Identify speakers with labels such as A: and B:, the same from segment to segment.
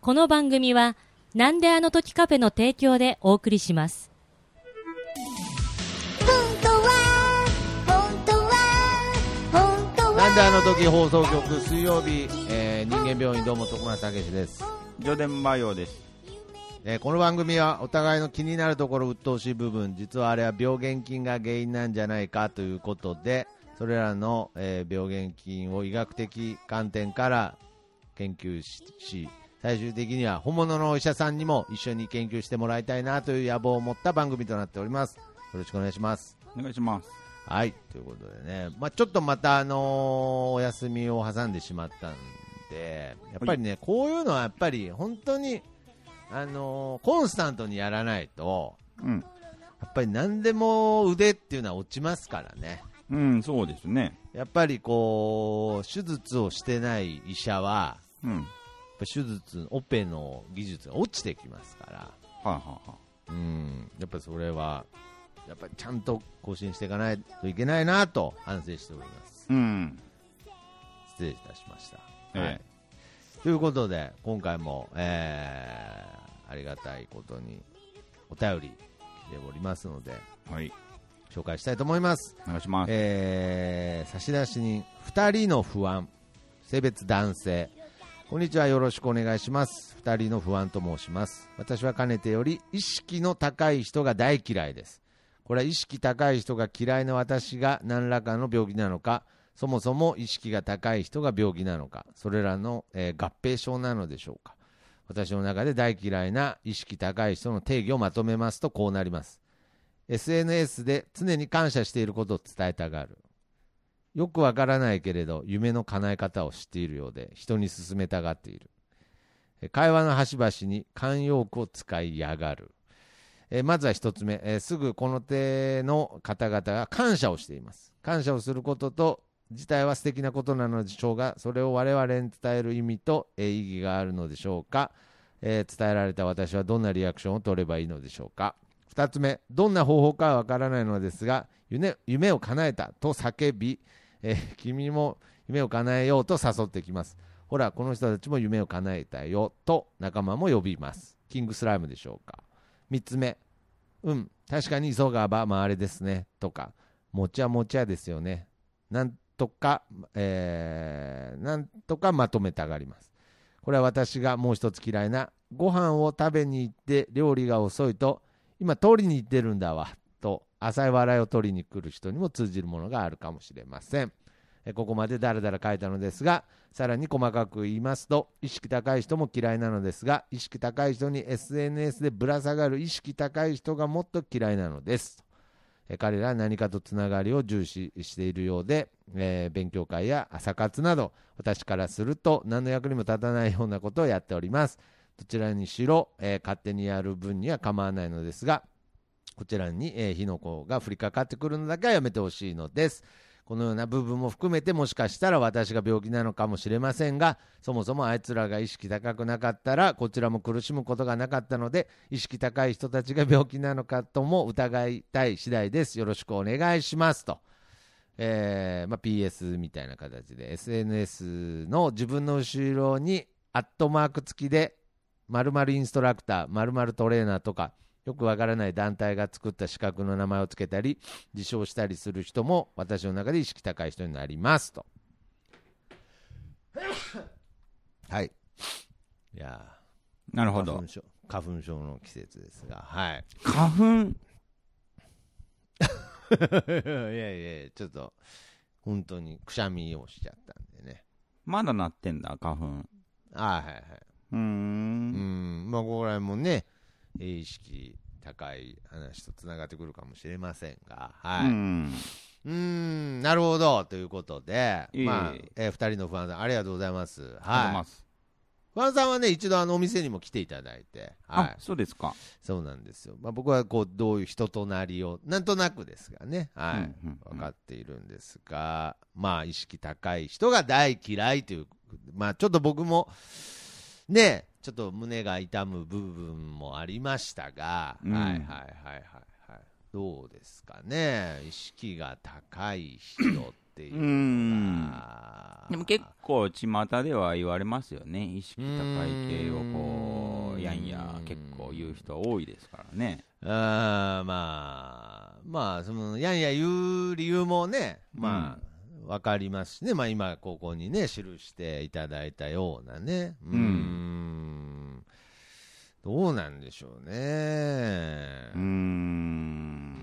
A: この番組は、なんであの時カフェの提供でお送りします。
B: 本当は本当は本当は
C: なんであの時放送局水曜日、えー人間病院どうも徳松武史です、
D: 上田麻陽です。
C: えーこの番組はお互いの気になるところ鬱陶しい部分実はあれは病原菌が原因なんじゃないかということでそれらの、えー病原菌を医学的観点から研究しし最終的には本物のお医者さんにも一緒に研究してもらいたいなという野望を持った番組となっておりますよろしくお願いします
D: お願いします。
C: はい、ということでね、まあ、ちょっとまた、あのーお休みを挟んでしまったんで、やっぱりね、こういうのはやっぱり本当に、あのーコンスタントにやらないと、
D: うん。
C: やっぱり何でも腕っていうのは落ちますからね。
D: うん、そうですね。
C: やっぱりこう、手術をしてない医者は、
D: うん。は
C: やっぱ手術、オペの技術が落ちてきますから、
D: あ、はあは
C: うん、やっぱりそれは、やっぱりちゃんと更新していかないといけないなと反省しております。
D: あ、うん。
C: 失礼いたしました。
D: ええ
C: はい、ということで、今回も、えーありがたいことにお便り来ておりますので、
D: はい。
C: 紹介したいと思います。
D: お願いします。
C: えー差出人、2人の不安、性別男性。こんにちは、よろしくお願いします。2人の不安と申します。私はかねてより意識の高い人が大嫌いです。これは意識高い人が嫌いな私が何らかの病気なのか、そもそも意識が高い人が病気なのか、それらの、えー合併症なのでしょうか。私の中で大嫌いな意識高い人の定義をまとめますとこうなります。SNS で常に感謝していることを伝えたがる。よくわからないけれど、夢の叶え方を知っているようで、人に勧めたがっている。え会話の端々に慣用句を使いやがる。えまずは一つ目、えーすぐこの手の方々が感謝をしています。感謝をすることと、自体は素敵なことなのでしょうが、それを我々に伝える意味と、えー意義があるのでしょうか、えー伝えられた私はどんなリアクションを取ればいいのでしょうか。2つ目、どんな方法かはわからないのですが、夢夢を叶えたと叫び、えー君も夢を叶えようと誘ってきます。ほら、この人たちも夢を叶えたよと仲間も呼びます。キングスライムでしょうか。3つ目、うん、確かに急がば回れですねとか、もちゃもちゃですよね。なんとか、えーなんとかまとめたがります。これは私がもう一つ嫌いな、ご飯を食べに行って料理が遅いと、今取りに行ってるんだわと浅い笑いを取りに来る人にも通じるものがあるかもしれませんえここまでだらだら書いたのですがさらに細かく言いますと意識高い人も嫌いなのですが意識高い人に SNS でぶら下がる意識高い人がもっと嫌いなのですえ彼らは何かとつながりを重視しているようで、えー勉強会や朝活など私からすると何の役にも立たないようなことをやっておりますどちらにしろ、えー勝手にやる分には構わないのですがこちらに、えー火の粉が降りかかってくるのだけはやめてほしいのです。このような部分も含めてもしかしたら私が病気なのかもしれませんがそもそもあいつらが意識高くなかったらこちらも苦しむことがなかったので意識高い人たちが病気なのかとも疑いたい次第ですよろしくお願いしますと、えーまあ、PS みたいな形で SNS の自分の後ろにアットマーク付きで〇〇インストラクター〇〇トレーナーとかよくわからない団体が作った資格の名前をつけたり自称したりする人も私の中で意識高い人になりますとはいいや
D: なるほ
C: ー
D: ど
C: 花粉。症花粉症の季節ですがはい
D: 花粉。
C: いやいやちょっと本当にくしゃみをしちゃったんでね
D: まだなってんだ、花粉。う
C: あーはいはいう
D: ー。
C: んんまあここら辺もねえー意識高い話とつながってくるかもしれませんがはい、
D: うん。
C: うーん、なるほど。ということで、
D: いえいえ
C: まあ、えー二人の不安さん、ありがとうございます。
D: あり
C: は
D: ま
C: い。
D: す。
C: 不安さんはね、一度あのお店にも来ていただいて、は
D: あ
C: い、。
D: そうですか。
C: そうなんですよ。まあ僕はこう、どういう人となりを、なんとなくですがね、は
D: う
C: い。
D: んうん
C: 分かっているんですが、まあ、意識高い人が大嫌いという、まあ、ちょっと僕も、ね、ちょっと胸が痛む部分もありましたが、
D: うん
C: はいはいはいはいはい。どうですかね、意識が高い人っていううの
D: ん。
C: が
D: でも結構、巷では言われますよね。意識高い系をこう、結構言う人多いですからね。
C: あーまあ、まあ、その、やんや言う理由もね、まあ、わかりますしね。まあ今、ここにね、記していただいたようなね。うーん。どうなんでしょうね。
D: うーん。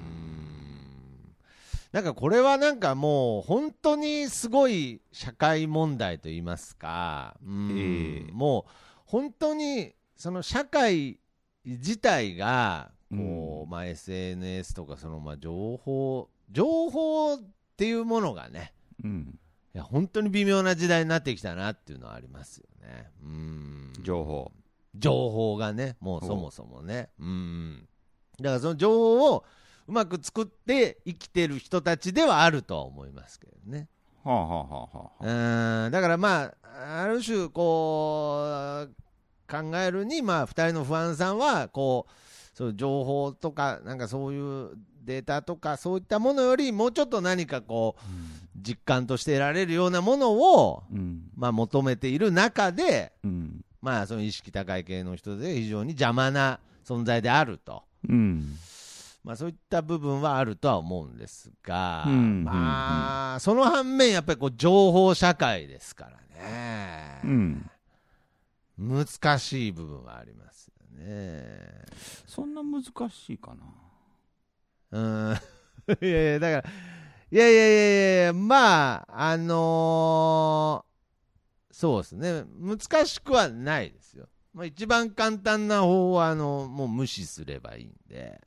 C: なんかこれはなんかもう本当にすごい社会問題と言いますか、うん
D: ええ
C: もう本当にその社会自体がこう、
D: う
C: まあ、SNS とかそのまあ情報情報っていうものがね
D: うん。
C: いや本当に微妙な時代になってきたなっていうのはありますよね。うん
D: 情報。
C: 情報がね、もうそもそもね。うん。だからその情報をうまく作って生きてる人たちではあるとは思いますけどね。
D: はあはあはあはあ
C: う
D: はあ。
C: ん。だからまあ、ある種、こう、考えるに、まあ、二人の不安さんは、こう、その情報とか、なんかそういうデータとか、そういったものより、もうちょっと何かこう、実感として得られるようなものを、
D: うん。
C: まあ、求めている中で、
D: うん。
C: まあ、その意識高い系の人で非常に邪魔な存在であると。
D: うん。
C: まあ、そういった部分はあるとは思うんですが、
D: うん
C: まあ、その反面、やっぱりこう情報社会ですから
D: う
C: ね、
D: ん。
C: 難しい部分はありますよね。
D: そんな難しいか
C: う
D: な。
C: ん いやいや、だから、いやいやいやいや、まあ、あのーそうですね、難しくはないですよ。まあ、一番簡単な方法は、あの、もう無視すればいいんで。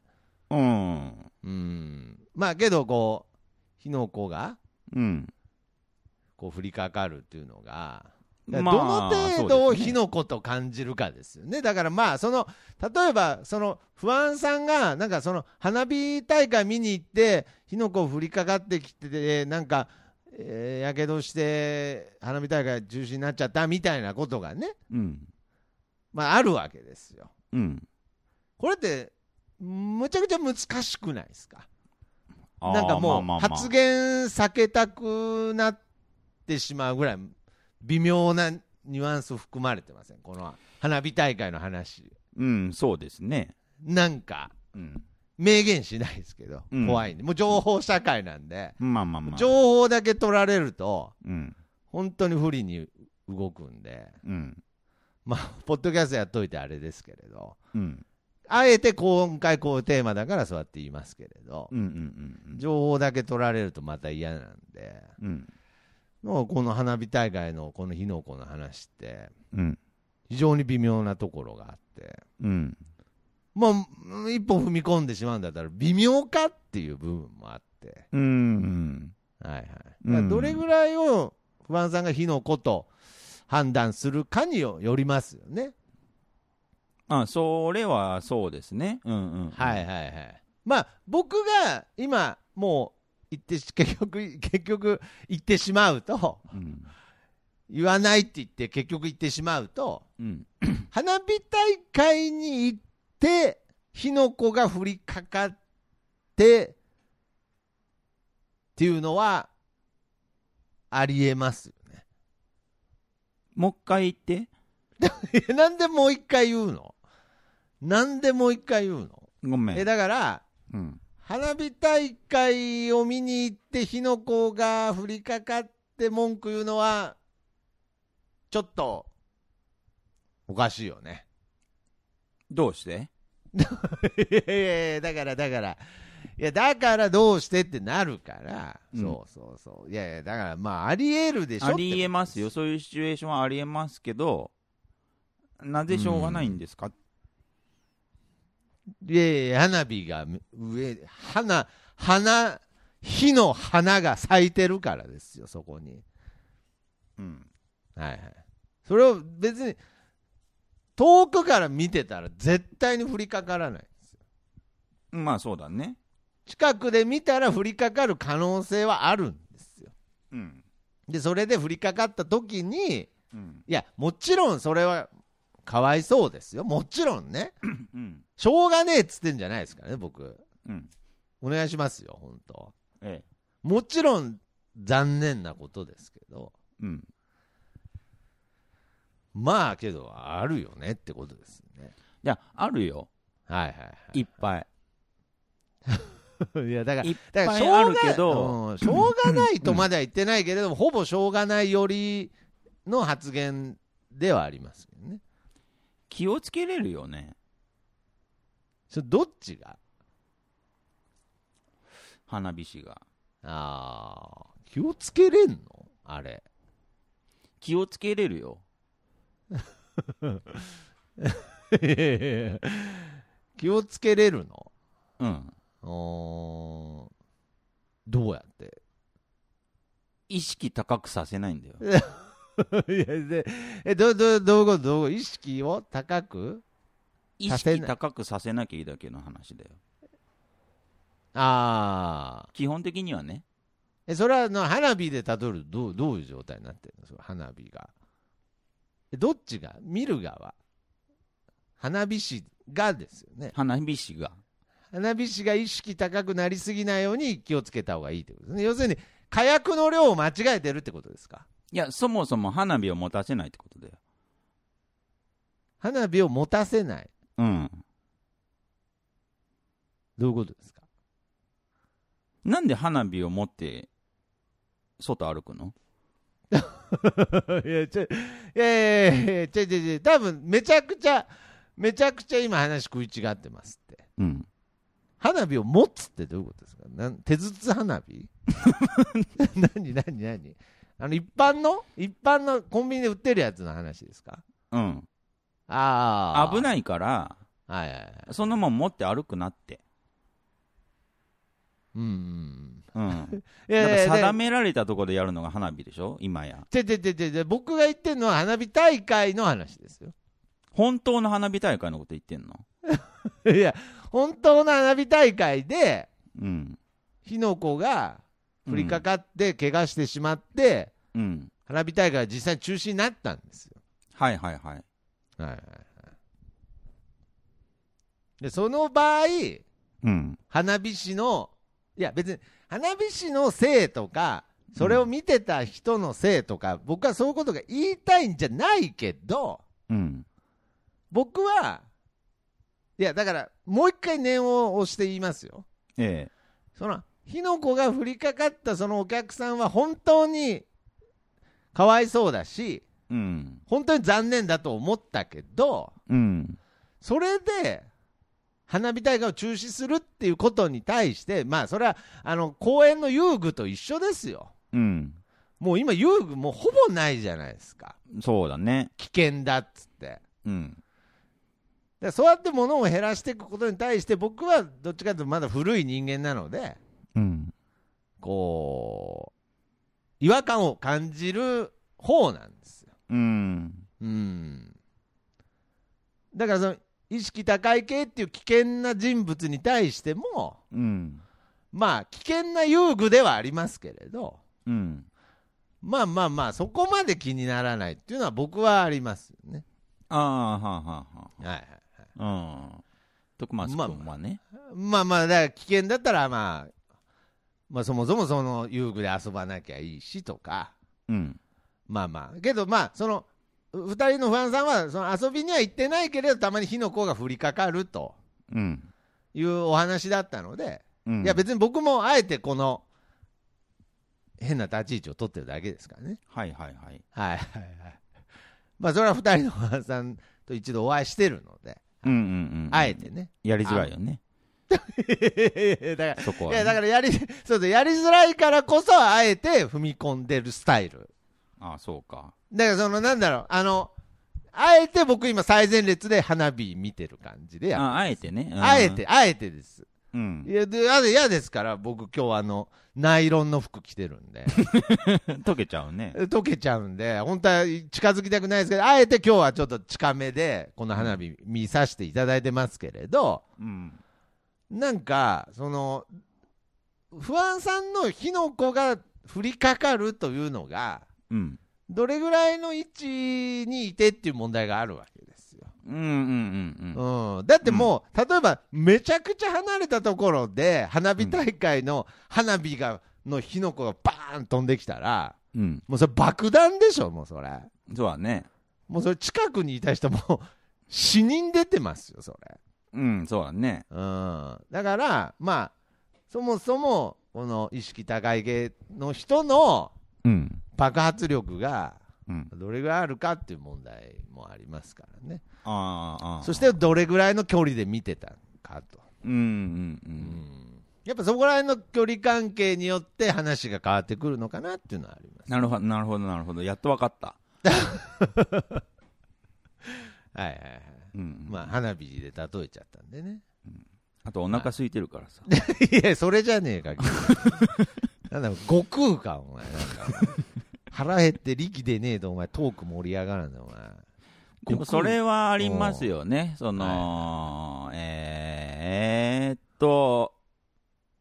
D: うん。
C: うん。まあけど、こう、火の粉が、
D: うん。
C: こう、降りかかるっていうのが、だか
D: ま
C: ら
D: あ
C: どの程度を
D: そうですね
C: 火の粉と感じるかですよね。だからまあ、その、例えば、その、不安さんが、なんかその、花火大会見に行って、火の粉降りかかってきて、なんか、えーやけどして、花火大会中止になっちゃったみたいなことがね、
D: うん。
C: まあ、あるわけですよ。
D: うん。
C: これって、むちゃくちゃ難しくないですか
D: あー
C: なんかもう、
D: まあまあまあ
C: 発言避けたくなってしまうぐらい、微妙なニュアンス含まれてません、この花火大会の話。
D: うん、そうですね。
C: なんか、
D: うん。
C: 明言しないですけど、
D: うん
C: 怖いんで、もう情報社会なんで、
D: まあまあまあ。
C: 情報だけ取られると、
D: うん。
C: 本当に不利に動くんで、
D: うん。
C: まあ、ポッドキャストやっといてあれですけれど、
D: うん。
C: あえて今回こういうテーマだからそうやって言いますけれど
D: う、ん。うん。
C: 情報だけ取られるとまた嫌なんで。
D: うん。
C: のこの花火大会のこの火の粉の話って
D: うん。
C: 非常に微妙なところがあって
D: うん。
C: まあうん一歩踏み込んでしまうんだったら微妙かっていう部分もあって、
D: うん。
C: はいはい、だか
D: うん
C: らどれぐらいを不安さんが火の粉と判断するかによよりますよね。
D: あ、それはそうですね。うんうん。
C: はい。はいはい。まあ僕が今もう言ってし結局結局言ってしまうと
D: うん。
C: 言わないって言って結局言ってしまうと
D: うん。
C: 花火大会に行って火の粉が降りかかってっていうのはありえますよ ね。
D: もう一回言って。
C: えなんでもう一回言うのなんでもう一回言うの
D: ごめん。
C: えだから
D: うん。
C: 花火大会を見に行って火の粉が降りかかって文句言うのはちょっとおかしいよね。
D: どうして
C: いやいやいやだからだからいやだからどうしてってなるから、
D: うん
C: そうそうそういやいやだからまあありえるでしょって
D: あ
C: こと
D: りえますよ。そういうシチュエーションはありえますけど、なぜしょうがないんですか、
C: いやいや花火が上花花火の花が咲いてるからですよそこに
D: うん、
C: はいはいそれを別に遠くから見てたら絶対に降りかからない
D: まあそうだね。
C: 近くで見たら降りかかる可能性はあるんですよ
D: うん。
C: でそれで降りかかった時に
D: うん。
C: いや、もちろんそれはかわいそうですよ。もちろんね。
D: うん。
C: しょうがねえっつってんじゃないですからね、僕。
D: うん。
C: お願いしますよ、本当
D: ええ。
C: もちろん残念なことですけど、
D: うん。
C: まあけどあるよねってことですよね。
D: いや、あるよ。
C: はい
D: いっぱい。
C: はい。いや、だから、
D: いっ
C: だから
D: ぱ
C: し
D: い
C: ょうが
D: あるけど、
C: うんしょうがないとまでは言ってないけれども、ほぼしょうがないよりの発言ではありますよね。
D: 気をつけれるよね。
C: それどっちが
D: 花火師が。
C: ああ、気をつけれんのあれ。
D: 気をつけれるよ。
C: 気をつけれるの
D: うん。
C: うーんどうやって
D: 意識高くさせないんだよ。
C: いやでえどどどういうことどういうこと意識を高く
D: 意
C: させない
D: 識高くさせなきゃいいだけの話だよ。
C: ああ
D: 基本的にはね。
C: えそれはあの花火で例えるとどうどういう状態になってるのその花火がえどっちが見る側花火師がですよね
D: 花火師が。
C: 花火師が意識高くなりすぎないように気をつけた方がいいってことですね要するに火薬の量を間違えてるってことですか
D: いや、そもそも花火を持たせないってことだよ。
C: 花火を持たせない
D: うん。
C: どういうことですか
D: なんで花火を持って、外歩くの
C: いや、ちょ、いやいやいやいや、ちょいちょいちょい、多分めちゃくちゃ、めちゃくちゃ今話食い違ってますって。
D: うん。
C: 花火を持つってどういうことですかなん手筒花火 何何何あの、一般の一般のコンビニで売ってるやつの話ですか
D: うん。
C: ああ。
D: 危
C: い。
D: ないから、
C: はいはいはい。
D: そのまま持って歩くなって。
C: うんうん
D: うん。
C: うん。い
D: だ
C: や
D: か
C: いや
D: ら
C: いや
D: 定められたところでやるのが花火でしょ今や。
C: ちょいちょいちょいちょいちょい僕が言ってるのは花火大会の話ですよ。
D: 本当の花火大会のこと言ってんの
C: いや、本当の花火大会で、
D: うん。
C: 火の粉が降りかかって怪我してしまって、
D: うん。
C: 花火大会は実際に中止になったんですよ。
D: はいはいはい。
C: はいはいはい、でその場合、
D: うん。
C: 花火師の、いや別に花火師のせいとか、それを見てた人のせいとか、僕はそういうことが言いたいんじゃないけど、
D: うん。
C: 僕は、いやだから、もう一回念を押して言いますよ。
D: ええ。
C: その火の粉が降りかかったそのお客さんは本当にかわいそうだし、
D: うん。
C: 本当に残念だと思ったけど、
D: うん。
C: それで花火大会を中止するっていうことに対して、まあ、それはあの公園の遊具と一緒ですよ。
D: うん。
C: もう今、遊具もうほぼないじゃないですか。
D: そうだね。
C: 危険だっつって。
D: うん。
C: でそうやって物を減らしていくことに対して、僕はどっちかというとまだ古い人間なので、
D: うん。
C: こう、違和感を感じる方なんですよ。
D: うん。
C: うん。だからその、意識高い系っていう危険な人物に対しても、
D: うん。
C: まあ危険な遊具ではありますけれど
D: うん。
C: まあまあまあそこまで気にならないっていうのは僕はありますよね。
D: ああ、はあはあはあ。
C: はいはい、
D: うん。徳松君はね。
C: まあまあだから危険だったらまあまあそもそもその遊具で遊ばなきゃいいしとか
D: うん。
C: まあまあけどまあその2人のファンさんはその遊びには行ってないけれどたまに火の粉が降りかかると
D: うん。
C: いうお話だったので、
D: うん。
C: いや別に僕もあえてこの変な立ち位置を取ってるだけですからね。
D: はいはいはい。
C: はいはいはい。まあ、それは二人のお母さんと一度お会いしてるので、
D: うんうんうん。
C: あえ。てね。
D: やりづらいよね。
C: だか
D: そこ
C: ら、
D: はいね。
C: や、だからやり、そうそう、やりづらいからこそ、あえて踏み込んでるスタイル。
D: ああ、そうか。
C: だから、その、なんだろう、あの、あえて僕今最前列で花火見てる感じでやる
D: ああえてね。うん
C: あえて、。あえてです。
D: う
C: い
D: ん。
C: や、で、あ嫌ですから、僕今日あの、ナイロンの服着てるん で、
D: 溶けちゃうね。
C: 溶けちゃうんで、本当は近づきたくないですけど、あえて今日はちょっと近めで、この花火見させていただいてますけれど、
D: うん。
C: なんか、その、不安さんの火の粉が降りかかるというのが、
D: うん。
C: どれぐらいの位置にいてっていう問題があるわけですよ。
D: うんうんうんうん。
C: うん、だってもう、例えば、めちゃくちゃ離れたところで、花火大会の花火が、の火の粉がバーン飛んできたら、
D: うん。
C: もうそれ爆弾でしょ、もうそれ。
D: そうだね。
C: もうそれ近くにいた人も死人出てますよ、それ。
D: うん、そうだね。
C: うん。だから、まあ、そもそも、この意識高い系の人の
D: うん。
C: 爆発力が
D: うん。
C: どれぐらいあるかっていう問題もありますからね。
D: あーあー。
C: そして、どれぐらいの距離で見てたかと。
D: うんうんう。
C: うんん。やっぱそこら辺の距離関係によって話が変わってくるのかなっていうのはあります。
D: なるほど、なるほど、なるほど。やっとわかった。
C: はいはいはい。
D: うん。
C: まあ、花火で例えちゃったんでね。
D: あとお腹空いてるからさ。
C: いや、それじゃねえか、 君なんだろう、悟空か、お前。なんか腹減って力でねえと、お前、トーク盛り上がらんだ、お前。
D: でもそれはありますよね。その、えーえーっと、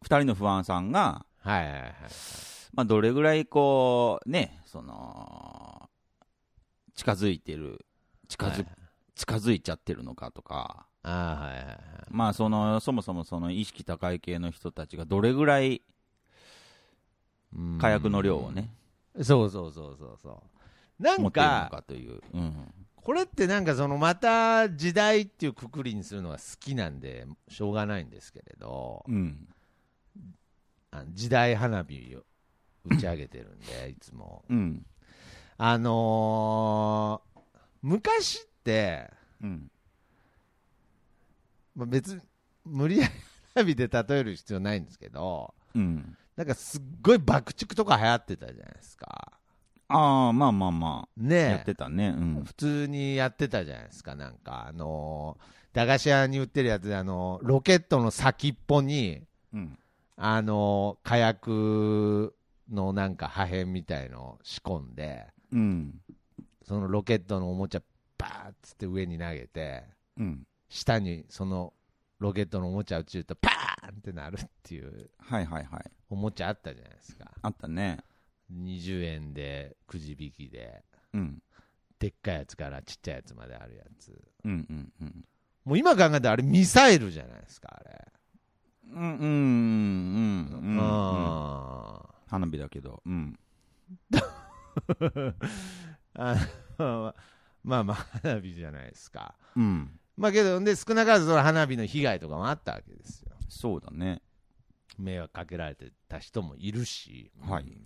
D: 二人の不安さんが、
C: はいはいはい。
D: まあ、どれぐらいこう、ね、その、近づいてる、近づ、
C: はい
D: 近づいちゃってるのかとか、
C: ああ、はいはいはい。
D: まあ、その、そもそもその意識高い系の人たちがどれぐらい
C: うん
D: 火薬の量を。ね、
C: そうそうそうそうそう。な
D: 持
C: ん
D: っているの
C: か、
D: かという。うん。
C: これってなんかそのまた時代っていうくくりにするのが好きなんで、しょうがないんですけれど、
D: うん。
C: あの時代花火を打ち上げてるん で、いつも。
D: うん。
C: あのー昔って、
D: うん。
C: まあ、別に無理やり花火で例える必要ないんですけど
D: うん。
C: なんかすっごい爆竹とか流行ってたじゃないですか
D: ああ、まあまあまあ、やっ
C: ねえ
D: てたね。うん。
C: 普通にやってたじゃないですかなんかあのー駄菓子屋に売ってるやつであのーロケットの先っぽに
D: うん。
C: あのー火薬のなんか破片みたいのを仕込んで
D: うん。
C: そのロケットのおもちゃバーッつって上に投げて
D: うん。
C: 下にそのロケットのおもちゃを打ちるとパーンってなるっていう
D: はいはいはい。
C: おもちゃあったじゃないですか
D: あったね。
C: 20円でくじ引きで
D: うん。
C: でっかいやつからちっちゃいやつまであるやつ
D: うんうんうん。
C: もう今考えたらあれミサイルじゃないですかあれ
D: うんうんうん
C: う
D: うんうん。
C: あ
D: 花火だけど。うん。
C: のまあまあ花火じゃないですか
D: うん。
C: まあけどで少なからずその花火の被害とかもあったわけですよ
D: そうだね。
C: 迷惑かけられてた人もいるし、
D: はい
C: うん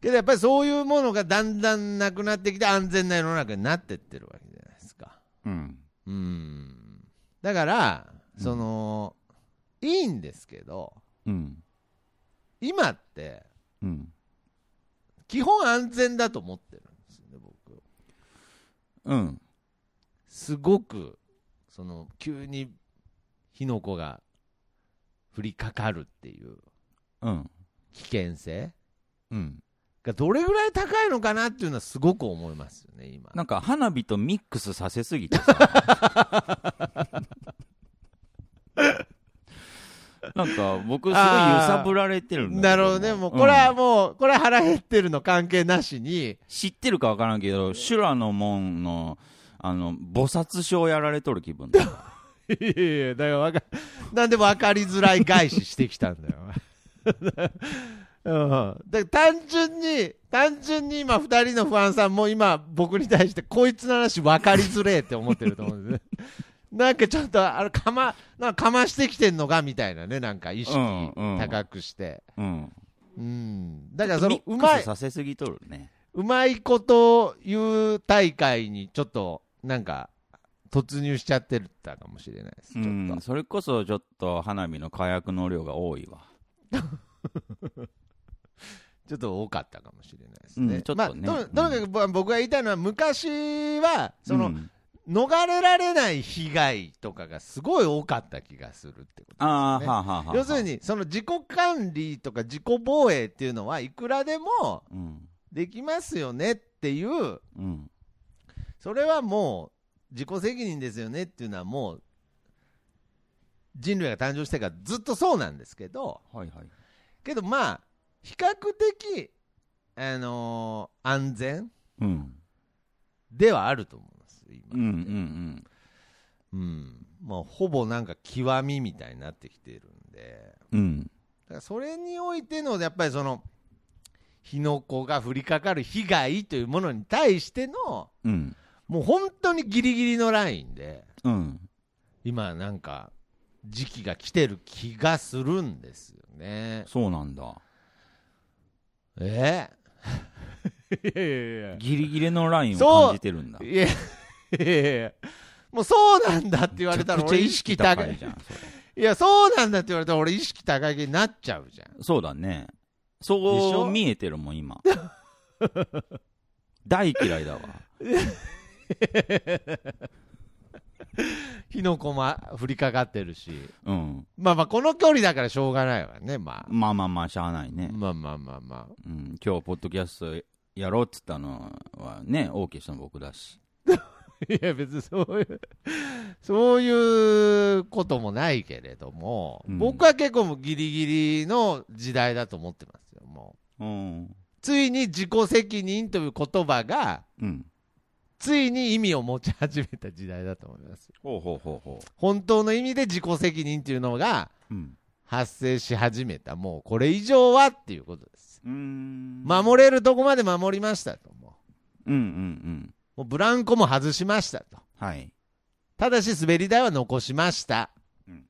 C: けどやっぱりそういうものがだんだんなくなってきて安全な世の中になってってるわけじゃないですか
D: うん。
C: うんだから、
D: うん
C: そのいいんですけど
D: うん。
C: 今って
D: うん。
C: 基本安全だと思ってるんですよね僕
D: うん。
C: すごくその急に火の粉が降りかかるっていう
D: うん。
C: 危険性
D: うん。
C: がどれぐらい高いのかなっていうのはすごく思いますよね今
D: なんか花火とミックスさせすぎてさ。 なんか僕すごい揺さぶられてるんだ
C: な
D: け
C: るほどねもうこれは
D: ん
C: もうこれは腹減ってるの関係なしに
D: 知ってるかわからんけど、修羅の門の、あの、菩薩症やられとる気分 だ。
C: いやいやだからわかなんで分かりづらい返ししてきたんだよ。うん、だから単純に単純に今2人の不安さんも今僕に対してこいつの話分かりづれえって思ってると思うんですね なんかちょっとあれかまなんかかましてきてんのかみたいなねなんか意識
D: うんうん
C: 高くして、
D: うん。
C: うんだからその
D: ミ
C: う
D: ッ
C: ま
D: クス
C: い
D: させすぎとるね。
C: うまいこと言う大会にちょっとなんか突入しちゃってたかもしれないですち
D: う
C: ょっと、
D: ん、それこそちょっと花火の火薬の量が多いわ。
C: ちょっと多かったかもしれないですね。
D: うんちょっとね
C: まあ、ととにかくぼ僕が言いたいのは、昔は、その、
D: うん
C: 逃れられない被害とかがすごい多かった気がするってことです
D: あ
C: よ
D: あ、
C: ね。
D: はあはあはあ。
C: 要する、に、その自己管理とか自己防衛っていうのはいくらでも
D: うん、
C: できますよねっていう、
D: うん、
C: それはもう自己責任ですよねっていうのはもう、人類が誕生してからずっとそうなんですけど、
D: はいはい。
C: けどまあ、比較的、あのー安全
D: うん、
C: ではあると思います、
D: うん、うん、う
C: 今。
D: ん。
C: うん。まあ、ほぼなんか極みみたいになってきてるんで、
D: うん、
C: だからそれにおいての、やっぱりその、火の粉が降りかかる被害というものに対しての、
D: うん、
C: もう本当にギリギリのラインで、
D: うん。
C: 今なんか、時期が来てる気がするんですよね。
D: そうなんだ。
C: えいやいやいや。
D: ギリギリのラインを
C: そう
D: 感じてるんだ。
C: いや、いやいやいやもうそうなんだって言われたら
D: めち
C: 俺
D: ゃくちゃ
C: 意識高い。
D: じゃん。そ
C: い
D: れ
C: や、そうなんだって言われたら俺意識高い気になっちゃうじゃん。
D: そうだね。
C: でし
D: そ
C: ょ
D: う見えてるもん、今。 大嫌いだわ。
C: 火の駒降りかかってるし。
D: うん。
C: まあまあ、この距離だからしょうがないわね、まあ。
D: まあまあまあ、しゃあないね。
C: まあまあまあまあ。
D: うん。今日、ポッドキャストやろうっつったのはね、OK したの僕だし。
C: いや、別にそういう、そういうこともないけれども、
D: うん
C: 僕は結構もうギリギリの時代だと思ってますよ、もう。
D: うん。
C: ついに自己責任という言葉が、
D: うん。
C: ついに意味を持ち始めた時代だと思います。
D: ほうほうほうほ
C: 本当の意味で自己責任というのが
D: う。うん。
C: 発生し始めた。もうこれ以上はっていうことです。
D: うーん。
C: 守れるとこまで守りましたと。も
D: うんうんうん。
C: うもうブランコも外しましたと。
D: はい。
C: ただし滑り台は残しました。
D: うん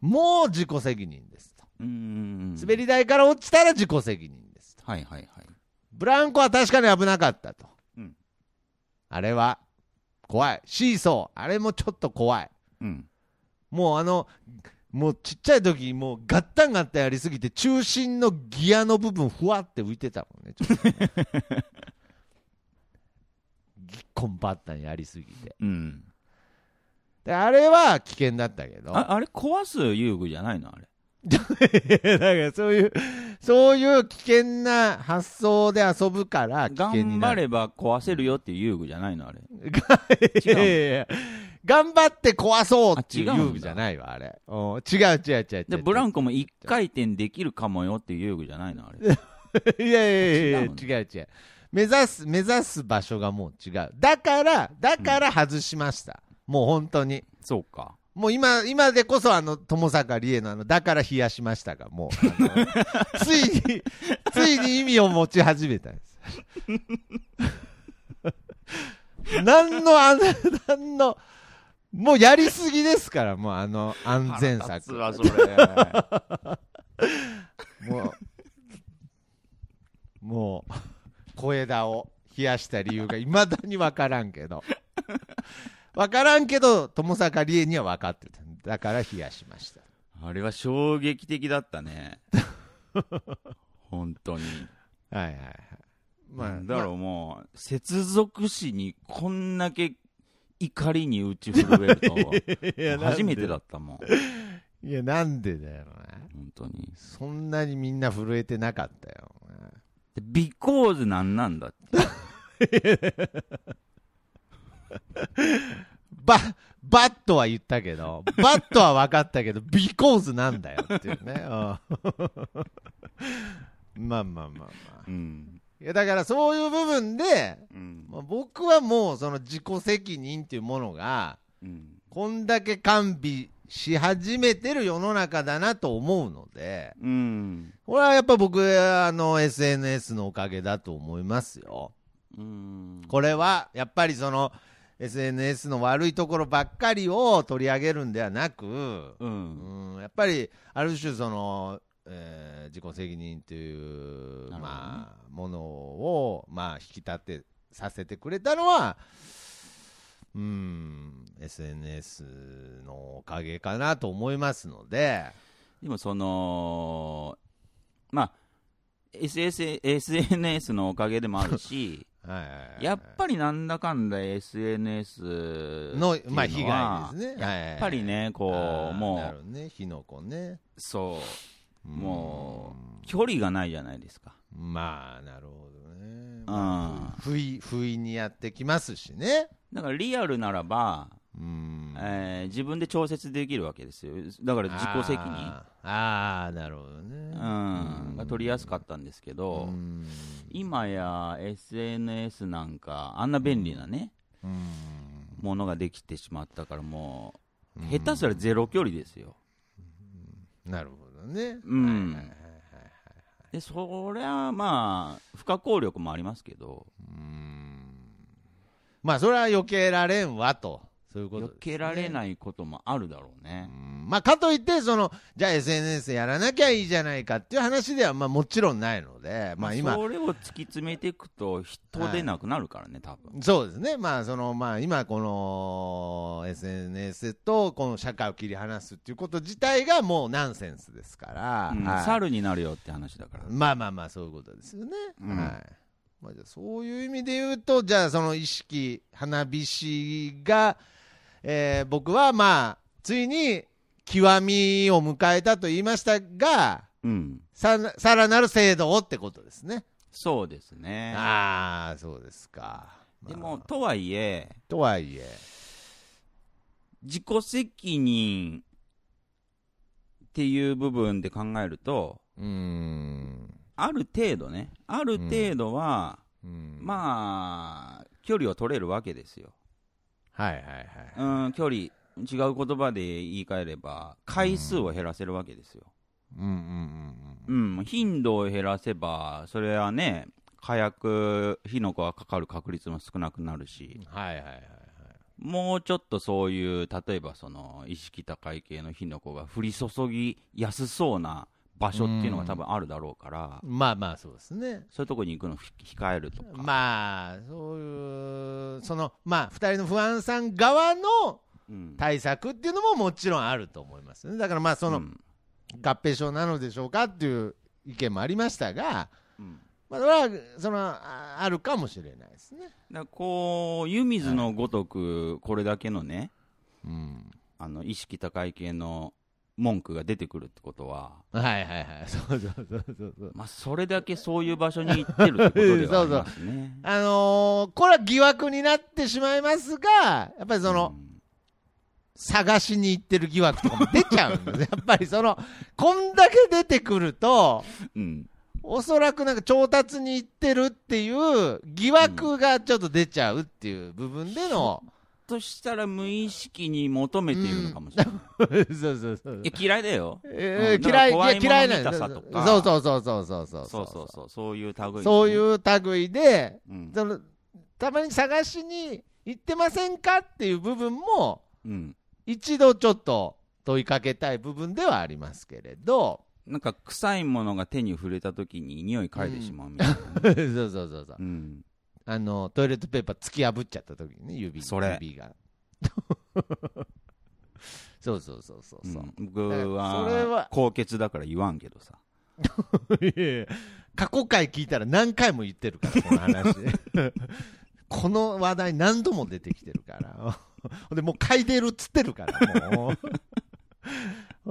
C: もう自己責任ですと。
D: うーん。
C: 滑。り台から落ちたら自己責任ですと。
D: はいはいはい。
C: ブランコは確かに危なかったと。
D: うん
C: あれは怖い。シーソー、あれもちょっと怖い。
D: うん。
C: もうあの、もうちっちゃい時もうガッタンガッタンやりすぎて、中心のギアの部分、ふわって浮いてたもんね、ちょっとね ぎっこんばったんやりすぎて。
D: うん。
C: で、あれは危険だったけど。
D: あ、あれ壊す遊具じゃないのあれ。
C: いやだからそういう、そういう危険な発想で遊ぶから危険に
D: 頑張
C: なる。
D: れば壊せるよっていう遊具じゃないのあれ。
C: いやいやいや頑張って壊そうってい
D: あ違
C: う
D: う
C: 遊
D: んだ
C: 具じゃないわ、あれ。うん違う違う違う違う。
D: で、ブランコも一回転できるかもよっていう遊具じゃないのあ
C: い
D: れ。
C: やいやいやいや
D: 違う
C: 違
D: の
C: う違う。目指す、目指す場所がもう違う。だから、だから外しました。もう本当に。
D: そうか。
C: もう今、今でこそあの、友坂理恵のあの、だから冷やしましたが、もう、あ のついに、ついに意味を持ち始めたんです。何の、あの、何の、もうやりすぎですから、もうあの、安全策。
D: 腹立つわそれ
C: もう、もう、小枝を冷やした理由がいまだに分からんけど、分からんけど、友坂理恵には分かってた。だから冷やしました。
D: あれは衝撃的だったね。 本当に。
C: はいはいはい。まあ、
D: なんだろう、もう、接続詞にこんだけ怒りに打ち震えると は初めてだったもん。
C: いや、なんでだよね。
D: 本当に。
C: そんなにみんな震えてなかったよ。
D: で、ビコーズなんなんだって。
C: ば、バッとは言ったけど、 バッとは分かったけど、ビコーズなんだよっていうね。うん まあまあまあまあ。
D: うん。
C: いや、だからそういう部分で、
D: うん。
C: まあ、僕はもうその自己責任っていうものが
D: うん。
C: こんだけ完備し始めてる世の中だなと思うので
D: うん。
C: これはやっぱ僕あの SNS のおかげだと思いますよ
D: うん。
C: これはやっぱりその SNS の悪いところばっかりを取り上げるんではなく、
D: う。
C: うんん、やっぱりある種その、えー自己責任という、
D: なるほどね
C: まあ、ものを、まあ、引き立てさせてくれたのは、うん、SNS のおかげかなと思いますので、
D: でもその、まあ、SS SNS のおかげでもあ るし、
C: はいはいはい
D: やっぱりなんだかんだ SNS
C: の
D: っていう
C: まあ、被害
D: は
C: ですね。
D: やっぱりね、こう、
C: なる
D: も
C: ほどね、火の粉ね。
D: う、そ
C: うん
D: う、もう、距離がないじゃないですか。
C: まあ、なるほどね。
D: うん。
C: 不意、不意にやってきますしね。
D: だからリアルならば、
C: うん。
D: えー自分で調節できるわけですよ。だから自己責任
C: あ。ーあーなるほどね
D: うん、が取りやすかったんですけど、
C: うん
D: 今や SNS なんか、あんな便利なね、
C: うん
D: ものができてしまったから、もう、下手すらゼロ距離ですよ。
C: なるほどね
D: うんで、そりゃ、まあ、不可抗力もありますけど、
C: うんまあ、それは避けられんわと。そういうこと
D: 避
C: ですね
D: けられないこともあるだろうね
C: う。んまあ、かといって、その、じゃあ SNS やらなきゃいいじゃないかっていう話では、まあ、もちろんないので、まあ、今、
D: それを突き詰めていくと、人出なくなるからね、多分。
C: そうですね。まあ、その、まあ、今、この、SNS と、この社会を切り離すっていうこと自体が、もうナンセンスですから。
D: うん
C: はい
D: 猿になるよって話だから。
C: まあまあまあ、そういうことですよね。
D: うん
C: はい。まあ、じゃあそういう意味で言うと、じゃあ、その意識、花火師が、えー僕は、まあ、ついに、極みを迎えたと言いましたが、
D: うん。
C: さなさらなる制度をってことですね。
D: そうですね。
C: ああ、そうですか。まあ
D: でも、とはいえ、
C: とはいえ、
D: 自己責任っていう部分で考えると、
C: うーん。
D: ある程度ね、ある程度は、
C: ま
D: まあ、距離を取れるわけですよ。
C: あ、はいはいはい。
D: うん、距離、違う言葉で言い換えれば、回数を減らせるわけですよ。
C: うんうんうん
D: うん、頻度を減らせば、それはね、火薬、火の粉がかかる確率も少なくなるし
C: うん。、はいはいはい。
D: もうちょっとそういう、例えばその、意識高い系の火の粉が降り注ぎやすそうな場所っていうのが多分あるだろうから、
C: まあまあそうですね。
D: そういうとこに行くのを控えるとか。
C: まあ、そういう、その、まあ、二人の不安さん側の
D: うん、
C: 対策っていうのももちろんあると思いますね。だからまあ、その、
D: うん
C: 合併症なのでしょうかっていう意見もありましたが、
D: うん
C: まあ、それは、その、ああるかもしれないですね。
D: だからこう、湯水のごとく、これだけのね、
C: うん。
D: あの、意識高い系の文句が出てくるってことは、
C: はいはいはい。そうそうそうそうそう。
D: まあ、それだけそういう場所に行ってるってことではありますね。
C: あのーこれは疑惑になってしまいますが、やっぱ りその、
D: うん
C: 探しに行ってる疑惑とかも出ちゃうんです やっぱりその、こんだけ出てくると、
D: うん、
C: おそらくなんか調達に行ってるっていう疑惑がちょっと出ちゃうっていう部分での、
D: としたら無意識に求めているのかもし れない。
C: そうそうそう。
D: いや嫌いだよ。
C: え
D: うん
C: ー嫌い、い
D: だから
C: や嫌い
D: 怖
C: ないん
D: もの
C: で
D: 見た
C: す
D: さとか
C: そうそうそうそうそうそう
D: そうそうそう、そういう類、ね。
C: そうい、う類で、
D: うん
C: そのたまに探しに行ってませんかっていう部分も、
D: うん、
C: 一度ちょっと問いかけたい部分ではありますけれど、
D: なんか臭いものが手に触れた時に匂い嗅いでしまうみたいなね、
C: そうそうそうそう
D: うん
C: あのトイレットペーパー突き破っちゃった時にね指
D: それ
C: 指が そうそうそうそう
D: うん
C: そう、
D: 僕
C: だからそれは
D: は高血だから言わんけどさ。
C: いやいや過去回聞いたら何回も言ってるからこの 話この話題何度も出てきてるから ほんでもう嗅いでるっつってるからもう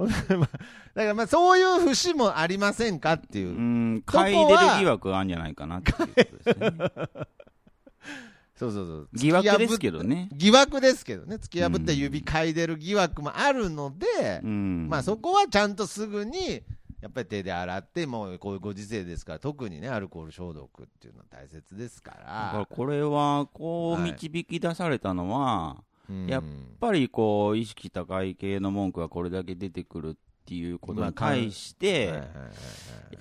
C: ほんでまあだからまあそういう節もありませんかっていうう、
D: ん、
C: こは
D: 嗅いでる疑惑があるんじゃないかなっていうことですね。
C: そうそうそう
D: 疑惑ですけどね。
C: 疑惑ですけどね突き破った指嗅いでる疑惑もあるので、
D: うん、
C: まあそこはちゃんとすぐにやっぱり手で洗ってもうこういうご時世ですから特にねアルコール消毒っていうのは大切ですか
D: だから
C: ら、
D: これは、こう
C: はい
D: 導き出されたのは、
C: うん
D: やっぱりこう、意識高い系の文句がこれだけ出てくるっていうことに対して、
C: はいはいはいはい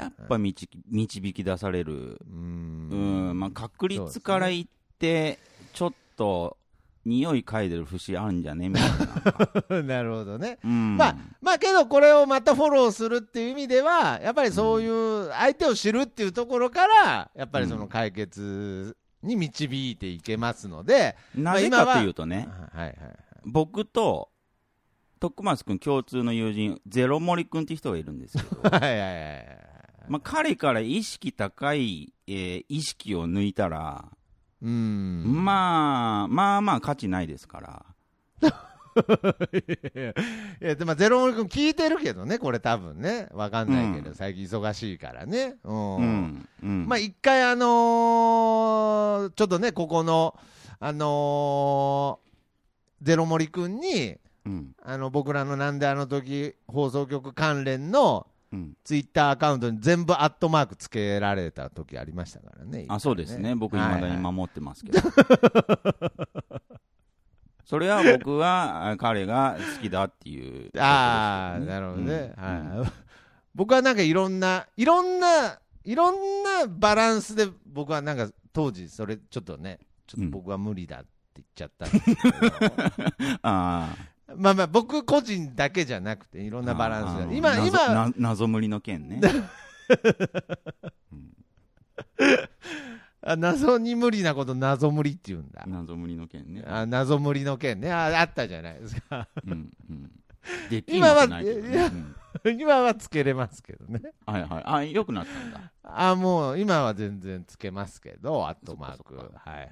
D: やっぱ導き導き出される、
C: う
D: うんん、まあ、確率から言って、ちょっと匂い嗅いでる節あるんじゃねみたい な、
C: なるほどね
D: うん、
C: まあまあけどこれをまたフォローするっていう意味ではやっぱりそういう相手を知るっていうところからやっぱりその解決に導いていけますので、
D: なぜかというとね、
C: はいはいはい
D: 僕と徳松君共通の友人、ゼロ森君って人がいるんですけど、
C: はいはいはいはい。
D: まあ、彼から意識高い、えー意識を抜いたら、
C: うん。
D: まあ、まあまあ価値ないですから。
C: いや、でも、ゼロ森君聞いてるけどね、これ多分ね。わかんないけど、
D: うん
C: 最近忙しいからね。うん。
D: うん。うん
C: まあ、一回、あのーちょっとね、ここの、あのーゼロ森君に、
D: うん。
C: あの、僕らのなんであの時放送局関連の
D: うん。
C: ツイッターアカウントに全部アットマークつけられた時ありましたからね。
D: あ、そうですね。僕、
C: はいは
D: 未
C: い
D: だに守ってます けど。それは僕は、あ彼が好きだっていう。
C: ああ、なるほどね。はい。僕はなんかいろんな、いろんな、いろんなバランスで、僕はなんか当時それちょっとね、ちょっと僕は無理だっ言っちゃったんですけど
D: ああ
C: まあまあ僕個人だけじゃなくていろんなバランス
D: あ
C: が
D: あ
C: 今
D: 謎
C: 今
D: な謎無理の 件ね
C: あ謎に無理なこと謎無理って言うんだ
D: 謎無理の件ね
C: あ謎無理の件ねああったじゃないですか
D: うんうんできなくないけどね
C: 今は
D: うん
C: 今はつけれますけどね
D: はいはいあ良くなったんだ
C: あもう今は全然つけますけどアットマーク
D: そっ
C: はい
D: かそっ
C: はいはい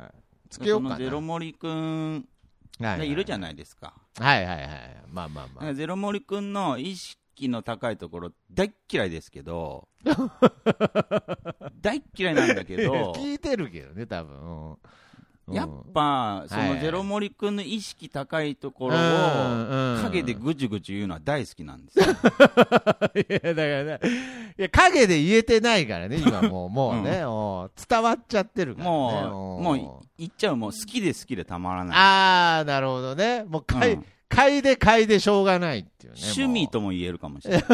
C: はいつけようか
D: その
C: な
D: ゼロ森くん
C: はい
D: がいるじゃ
C: ん
D: ないですか
C: はいはいはいまあまあまあ
D: ゼロ森くんの意識の高いところ大っ嫌いですけど 大っ嫌いなんだけ ど
C: 聞いてるけどね多分うん
D: やっぱそ
C: はいは
D: の
C: い
D: ゼロ森くんの意識高いところ
C: うんうんうん
D: を陰でぐちぐち言うのは大好きなんで すよ
C: いや、だからね、いや、影で言えてないからね、今もう、 もうね、おう伝わっちゃってるからね。
D: もう
C: お
D: もう言っちゃうもう好きで好きでたまらない
C: あー、なるほどね。もう、か
D: う
C: い
D: ん、
C: かいでかいでしょうがないっていうね。もう
D: 趣味。とも言えるかもしれない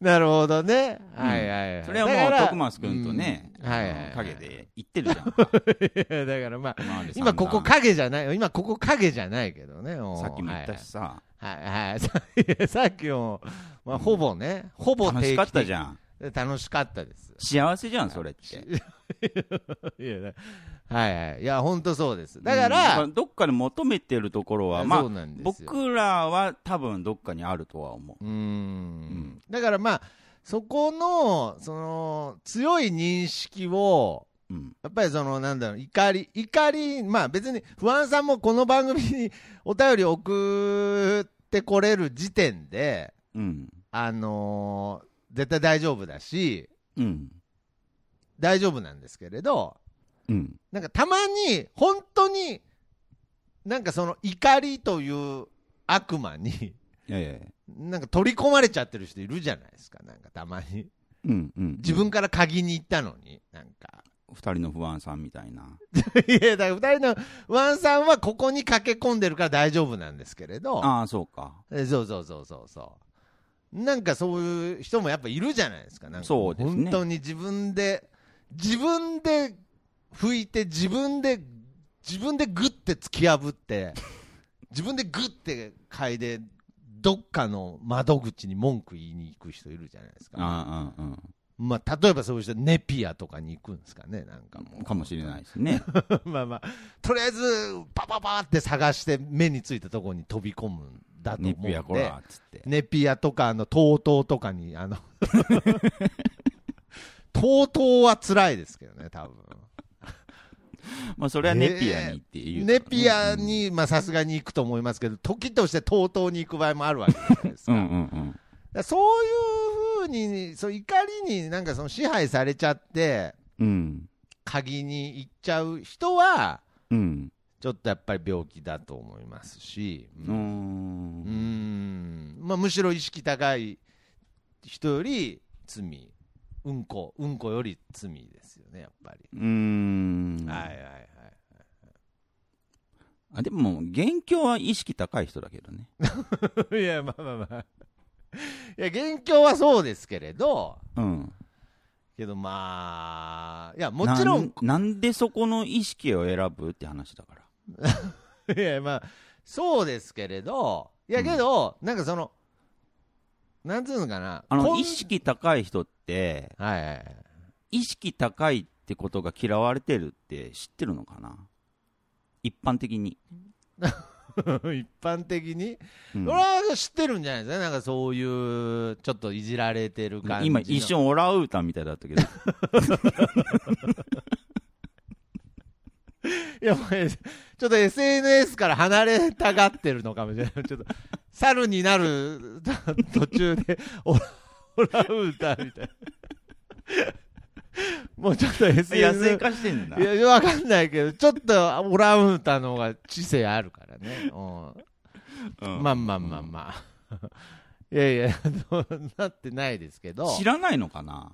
C: なるほどね。
D: うん
C: はいはいはい。
D: それは
C: だか
D: もう
C: ら
D: 徳松君とね、
C: うんはいはいはい。
D: 影で言ってるじゃん
C: い やだからまあ、
D: 今まで散々
C: 今ここ影じゃない、今ここ影じゃないけどね。おう
D: さっきも言ったし。さ、
C: はいはいはいはい さ。いやさっきも、まあ、ほぼね、ほぼ
D: 楽しかったじ
C: ん。
D: ゃん
C: 楽しかったです。
D: 幸せじゃんそれって
C: いやだはいはい。いや、本当そうです。だから、
D: うんどっかで求めてるところはま
C: そう
D: あ
C: なんですよ
D: 僕らは多分どっかにあるとは思
C: うーん
D: ん
C: だからまあ、そこの、その、強い認識を、
D: う、うん、
C: やっぱりその、なんだろう、怒り、怒り、まあ別に、不安さんもこの番組に お便り送ってこれる時点で、
D: うん、
C: あのー絶対大丈夫だし、
D: うん、
C: 大丈夫なんですけれど、
D: うん、
C: なんかたまに、本当に、なんかその怒りという悪魔に、
D: ええ
C: なんか取り込まれちゃってる人いるじゃないですか、なんかたまに。
D: うん、うん、
C: 自分から鍵に行ったのに、なんか。
D: 二人の不安さんみたいな、
C: いや、だから二人のワンさんはここに駆け込んでるから大丈夫なんですけれど、
D: ああ、そうか、
C: えそうそうそうそうそう。なんかそういう人もやっぱいるじゃないですか、なんか
D: そうですね
C: 本当に自分で、自分で拭いて、自分で、自分でグッて突き破 って、自分でグッて嗅いで、どっかの窓口に文句言いに行く人いるじゃないですか。
D: ああ、うん、
C: まあ、例えばそういう人、ネピアとかに行くんですかね、なんかも
D: うん、
C: う。
D: かもしれないですね、
C: まあまあ、とりあえず、パパパって探して、目についたところに飛び込むんだと思
D: ニ
C: うん
D: ッピ
C: で
D: や、こらっつって、
C: ネピアとか、あの、トートーとかに、 あの、トートーは辛いですけどね、多分。
D: まあ、それはネピアにっていう、
C: ネピア、に、まあさすがに行くと思いますけど、時としてトートーに行く場合もあるわけじゃないですか。
D: うん、うん、うん、
C: だからそういうふうに、そう怒りになんかその支配されちゃって、
D: うん、
C: 鍵に行っちゃう人は、
D: うん、
C: ちょっとやっぱり病気だと思いますし、
D: う
C: うん
D: ん
C: う、んまあ、むしろ意識高い人より罪、うんこ、うんこより罪ですよね、やっぱり。
D: うーん
C: はいはいはい。
D: あでも、元凶は意識高い人だけどね。
C: い や、まあまあまあ。いや、元凶はそうですけれど、
D: うん。
C: けどまあ、いや、もちろん、
D: なん。なんでそこの意識を選ぶって話だから。
C: いや、まあ、そうですけれど、いや、けど、なんかその、なんつうのかな、
D: あ
C: こ
D: の、
C: ん
D: 意識高い人って、
C: はいはいはい。
D: 意識高いってことが嫌われてるって知ってるのかな一般的に。
C: 一般的に、
D: うん
C: 俺は知ってるんじゃないですか、なんかそういう、ちょっといじられてる感じの
D: 今一瞬オラウータンみたいだったけど。
C: いや、もうえちょっと SNS から離れたがってるのかもしれない、ちょっと、猿になる途中で、オラオラウータンみたいな、もうちょっと SNS、
D: 野生化してんだ。
C: いや、わかんないけど、ちょっとオランウータンの方が知性あるからね。
D: う
C: うんん、まあまあまあまあ。いやいや、 どうなってないですけど。
D: 知らないのかな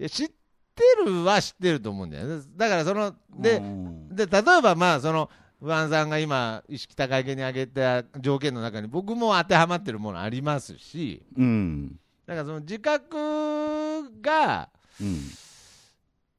D: い
C: や知ってるは知ってると思うんだよね。だからその、
D: う
C: で、
D: ん
C: で、例えばまあ、その、不安さんが今、意識高い系に挙げた条件の中に僕も当てはまってるものありますし、
D: うん。
C: だからその自覚が、
D: うん。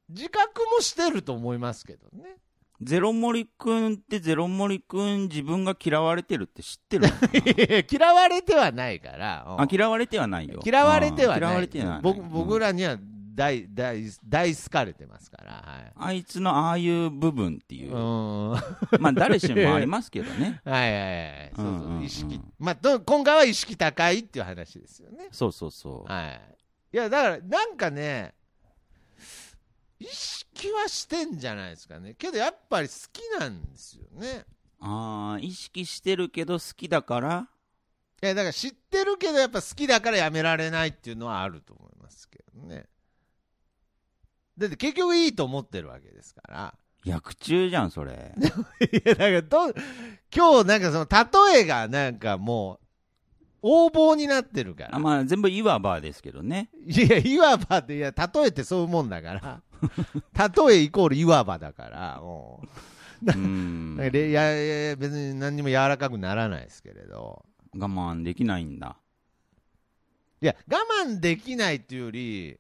C: 自覚もしてると思いますけどね。
D: ゼロ森くんってゼロ森くん自分が嫌われてるって知ってる
C: いや嫌われてはないから。うん
D: あ嫌われてはないよ
C: 嫌われては
D: うん
C: ない。
D: 嫌われてはない
C: 僕
D: う
C: 僕
D: ん
C: らには大大大好かれてますから。はい
D: あいつのああいう部分っていうう、
C: んはい
D: まあ誰しもありますけど ね
C: はいはい。そう
D: うんうん
C: そううん意識。まあと今回は意識高いっていう話ですよね。
D: そうそうそう
C: はい。いやだからなんかね。意識はしてんじゃないですかね。けどやっぱり好きなんですよね。
D: ああ意識してるけど好きだから
C: いやだから知ってるけどやっぱ好きだからやめられないっていうのはあると思いますけどね。だって結局いいと思ってるわけですから。
D: 薬中じゃん それ
C: いや、だからど、今日なんかその例えがなんかもう、横暴になってるか
D: あ
C: ら。
D: まあ全部いわばですけどね
C: いや、いわばで、いや、例えってそういうもんだから。例えイコールいわばだから、も
D: う
C: う。
D: ん
C: なんかれいやいやいや、別に何にも柔らかくならないですけれど。
D: 我慢できないんだ
C: いや、我慢できないっていうより、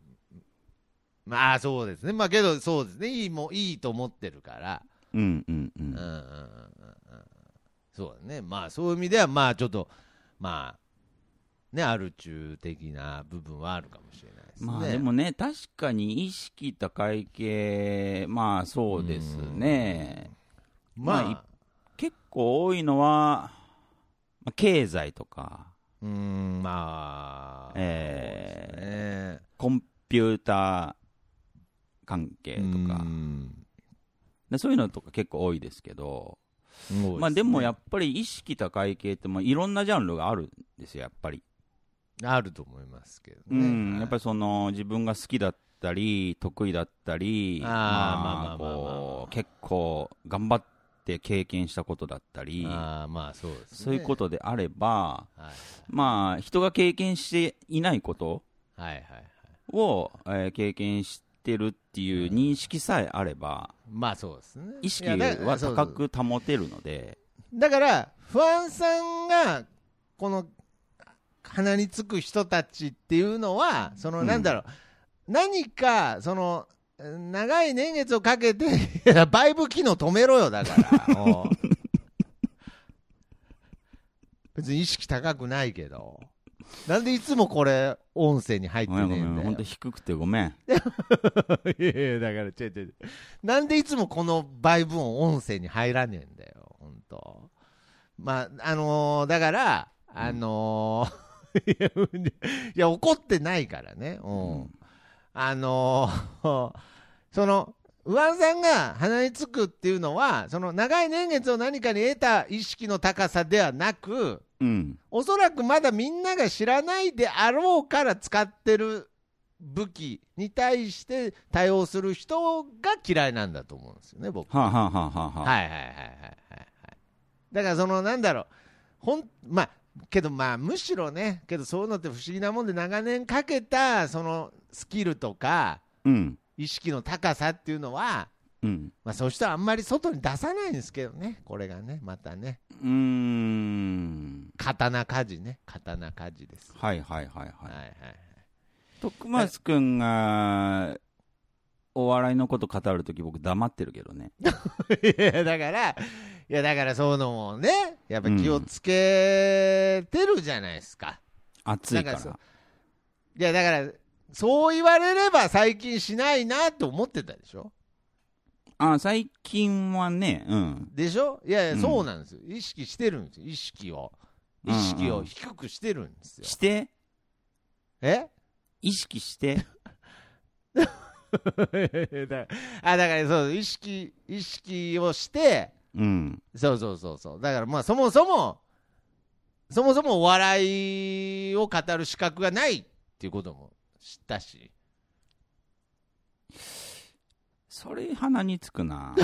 C: まあそうですね。まあけど、そうですね。いいも、いいと思ってるから。
D: うんうんう
C: うんうんう
D: ん
C: んうんうんそうだね、まあそういう意味では、まあちょっと、まあ、ね、アルチュー的な部分はあるかもしれないですね。
D: まあでもね、確かに意識高い系、まあそうですね、
C: まあ、
D: まあ結構多いのは、まあ、経済とか、
C: うーん、まあ、そうです
D: え
C: ね
D: ーコンピューター関係とか
C: うー、ん
D: でそういうのとか結構多いですけど、
C: そうですね
D: まあでもやっぱり意識高い系って、まあいろんなジャンルがあるんですよ、やっぱり。
C: あると思いますけどね。
D: うん、やっぱ
C: り
D: りその自分が好きだったり得意だったり
C: あーまあまあまあまあ
D: こう結構頑張って経験したことだったり
C: ああまあそうですね。。
D: そういうこととであれば、
C: はい
D: まあ人が経験していないこと
C: はいはいはい。
D: を、えー経験してるっていう認識さえあれば
C: まあそうですね。
D: 意識
C: いやだから
D: は
C: そう
D: 高く保てるので
C: だから、不安さんが、この、鼻につく人たちっていうのは、その、
D: うん
C: なんだろう、何か、その、長い年月をかけて、 いやバイブ機能止めろよ、だ から。おう別に意識高くないけど。なんでいつもこれ、音声に入って
D: ご
C: ね
D: め
C: え
D: んごめ
C: ん
D: ん
C: だよ。
D: 本当低くてごめん
C: いやいや、だから、違う違う違うなんでいつもこのバイブ音、音声に入らねえんだよ、本当まあ、あのーだから、あのー いやいや、怒ってないからね、うん。あのー その、ウワンさんが鼻につくっていうのは、その長い年月を何かに得た意識の高さではなく、
D: うん
C: おそらくまだみんなが知らないであろうから使ってる武器に対して対応する人が嫌いなんだと思うんですよね、僕。
D: はあ、はあはあはあはあ
C: はいはいはいはいはいはい。だからそのなんだろう、ほん、まあ、けどまあむしろね、けどそういうのって不思議なもんで長年かけたそのスキルとか
D: うん
C: 意識の高さっていうのは、
D: うん
C: まあそういう人はあんまり外に出さないんですけどね、これがね、またね、
D: うーん
C: 刀鍛冶ね、刀鍛冶です。
D: はいはいはいは
C: はい
D: い
C: はいはい。
D: 徳松くんが、お笑いのこと語るとき僕黙ってるけどね。
C: いやだから、いやだからそういうのもね、やっぱ気をつけてるじゃないですか。
D: 暑いか
C: なん
D: ら
C: か。いやだから、そう言われれば最近しないなって思ってたでしょ
D: あ、最近はね、うん。
C: でしょいやいや、
D: うん
C: そうなんですよ。意識してるんですよ。意識を。意識を低くしてるんですよ。
D: して、
C: え
D: 意識して。
C: だからあだからそう、意識、意識をして、
D: うん。
C: そうそうそうそう。だからまあそもそも、そもそもお笑いを語る資格がないっていうことも知ったし。
D: それ鼻につくな。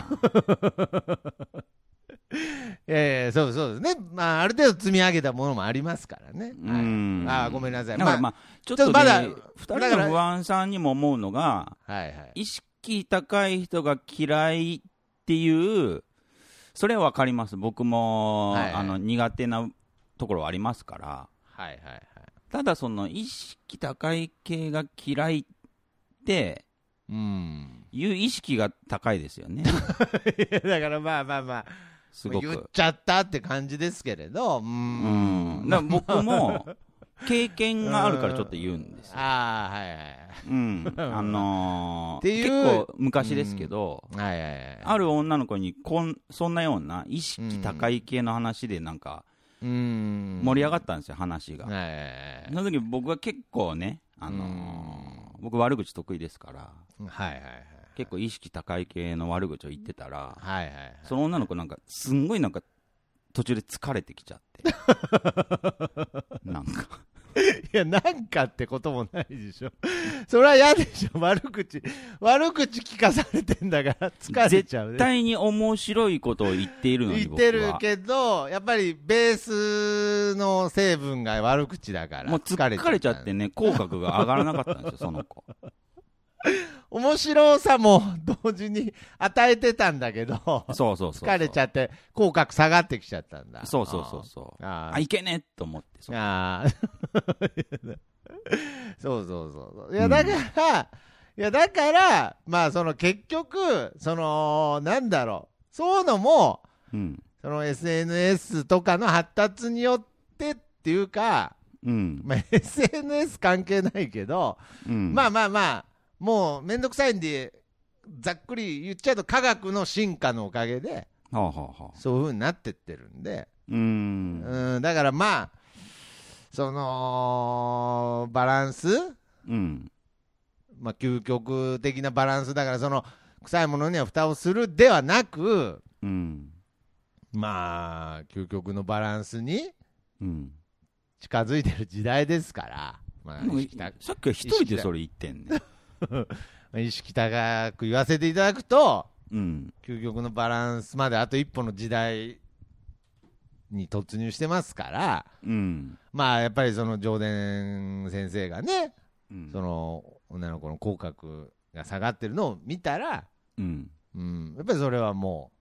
C: ええそうそうですね。まあある程度積み上げたものもありますからね。
D: う
C: はい
D: ん。
C: ああごめんなさい。
D: だから
C: ま
D: まあ、ちょっとまだ、
C: ち
D: 二
C: ょっとまだ
D: 人
C: だから
D: の不安さんにも思うのが、
C: あ、はいはい。
D: 意識高い人が嫌いっていう、それはわかります。僕も、
C: はいはい
D: あの、苦手なところはありますから。
C: はいはいはい。
D: ただその意識高い系が嫌いって
C: うん。
D: いう意識が高いですよ ね。
C: いやだからまあまあまあ、
D: すご
C: 言っ
D: く。
C: ちゃったって感じですけれど、う。
D: うんん。だから僕も、経験があるからちょっと言うんですよ。
C: ああ、はいはい
D: うん。 あのー、
C: っていう
D: 結構昔ですけど、
C: はい。はいはいはい。
D: ある女の子にこん、そんなような意識高い系の話でなんか、
C: うん。
D: 盛り上
C: っ
D: がったんですよ、話が。
C: はいはいはい
D: その時僕は結構ね、あのー僕悪口得意ですから、
C: はいはい
D: 結構意識高い系の悪口を言ってたら、
C: はい。はいはいはい。
D: その女の子なんか、すんごいなんか、途中で疲れてきち ゃって。なんか。
C: いや、なんかってこともないでしょ。 それは嫌でしょ。悪口、悪口聞かされてんだから疲れちゃう
D: 絶
C: ね。
D: 対に面白いことを言っているのに
C: 言っ
D: 僕は。
C: てるけど、やっぱりベースの成分が悪口だから。
D: もう疲れちゃって
C: ね。
D: ね、口角が上がらなかったんですよ、その子。
C: 面白さも同時に与えてたんだけど、
D: そうそうそう。
C: 疲れちゃって、口角下がってきちゃったんだ。
D: そうそうそうそう。
C: あー
D: あ、いけねえと思って。そう
C: ああ。 そうそうそうそう。いや、だから、いや、だから、まあ、その結局、その、なんだろう。そういうのも、
D: うん。
C: その SNS とかの発達によってっていうか、
D: うん。
C: まあ、SNS 関係ないけど、
D: うん
C: まあまあまあ、もうめんどくさいんで、ざっくり言っちゃうと科学の進化のおかげで、
D: はあはあはあ。
C: そういう風になってってるんで、
D: うーん。
C: うん、だからまあ、そのバランス、
D: うん。
C: まあ、究極的なバランスだから、その臭いものには蓋をするではなく、
D: うん。
C: まあ、究極のバランスに
D: うん。
C: 近づいてる時代ですから、まあ、
D: もう
C: 意
D: い
C: 識高
D: さっきは一人でそれ言ってんね。
C: 意識高く言わせていただくと、
D: うん。
C: 究極のバランスまであと一歩の時代に突入してますから、
D: うん。
C: まあ、やっぱりその上田先生がね、
D: うん
C: その女の子の口角が下がってるのを見たら、
D: うん。
C: うん、やっぱりそれはも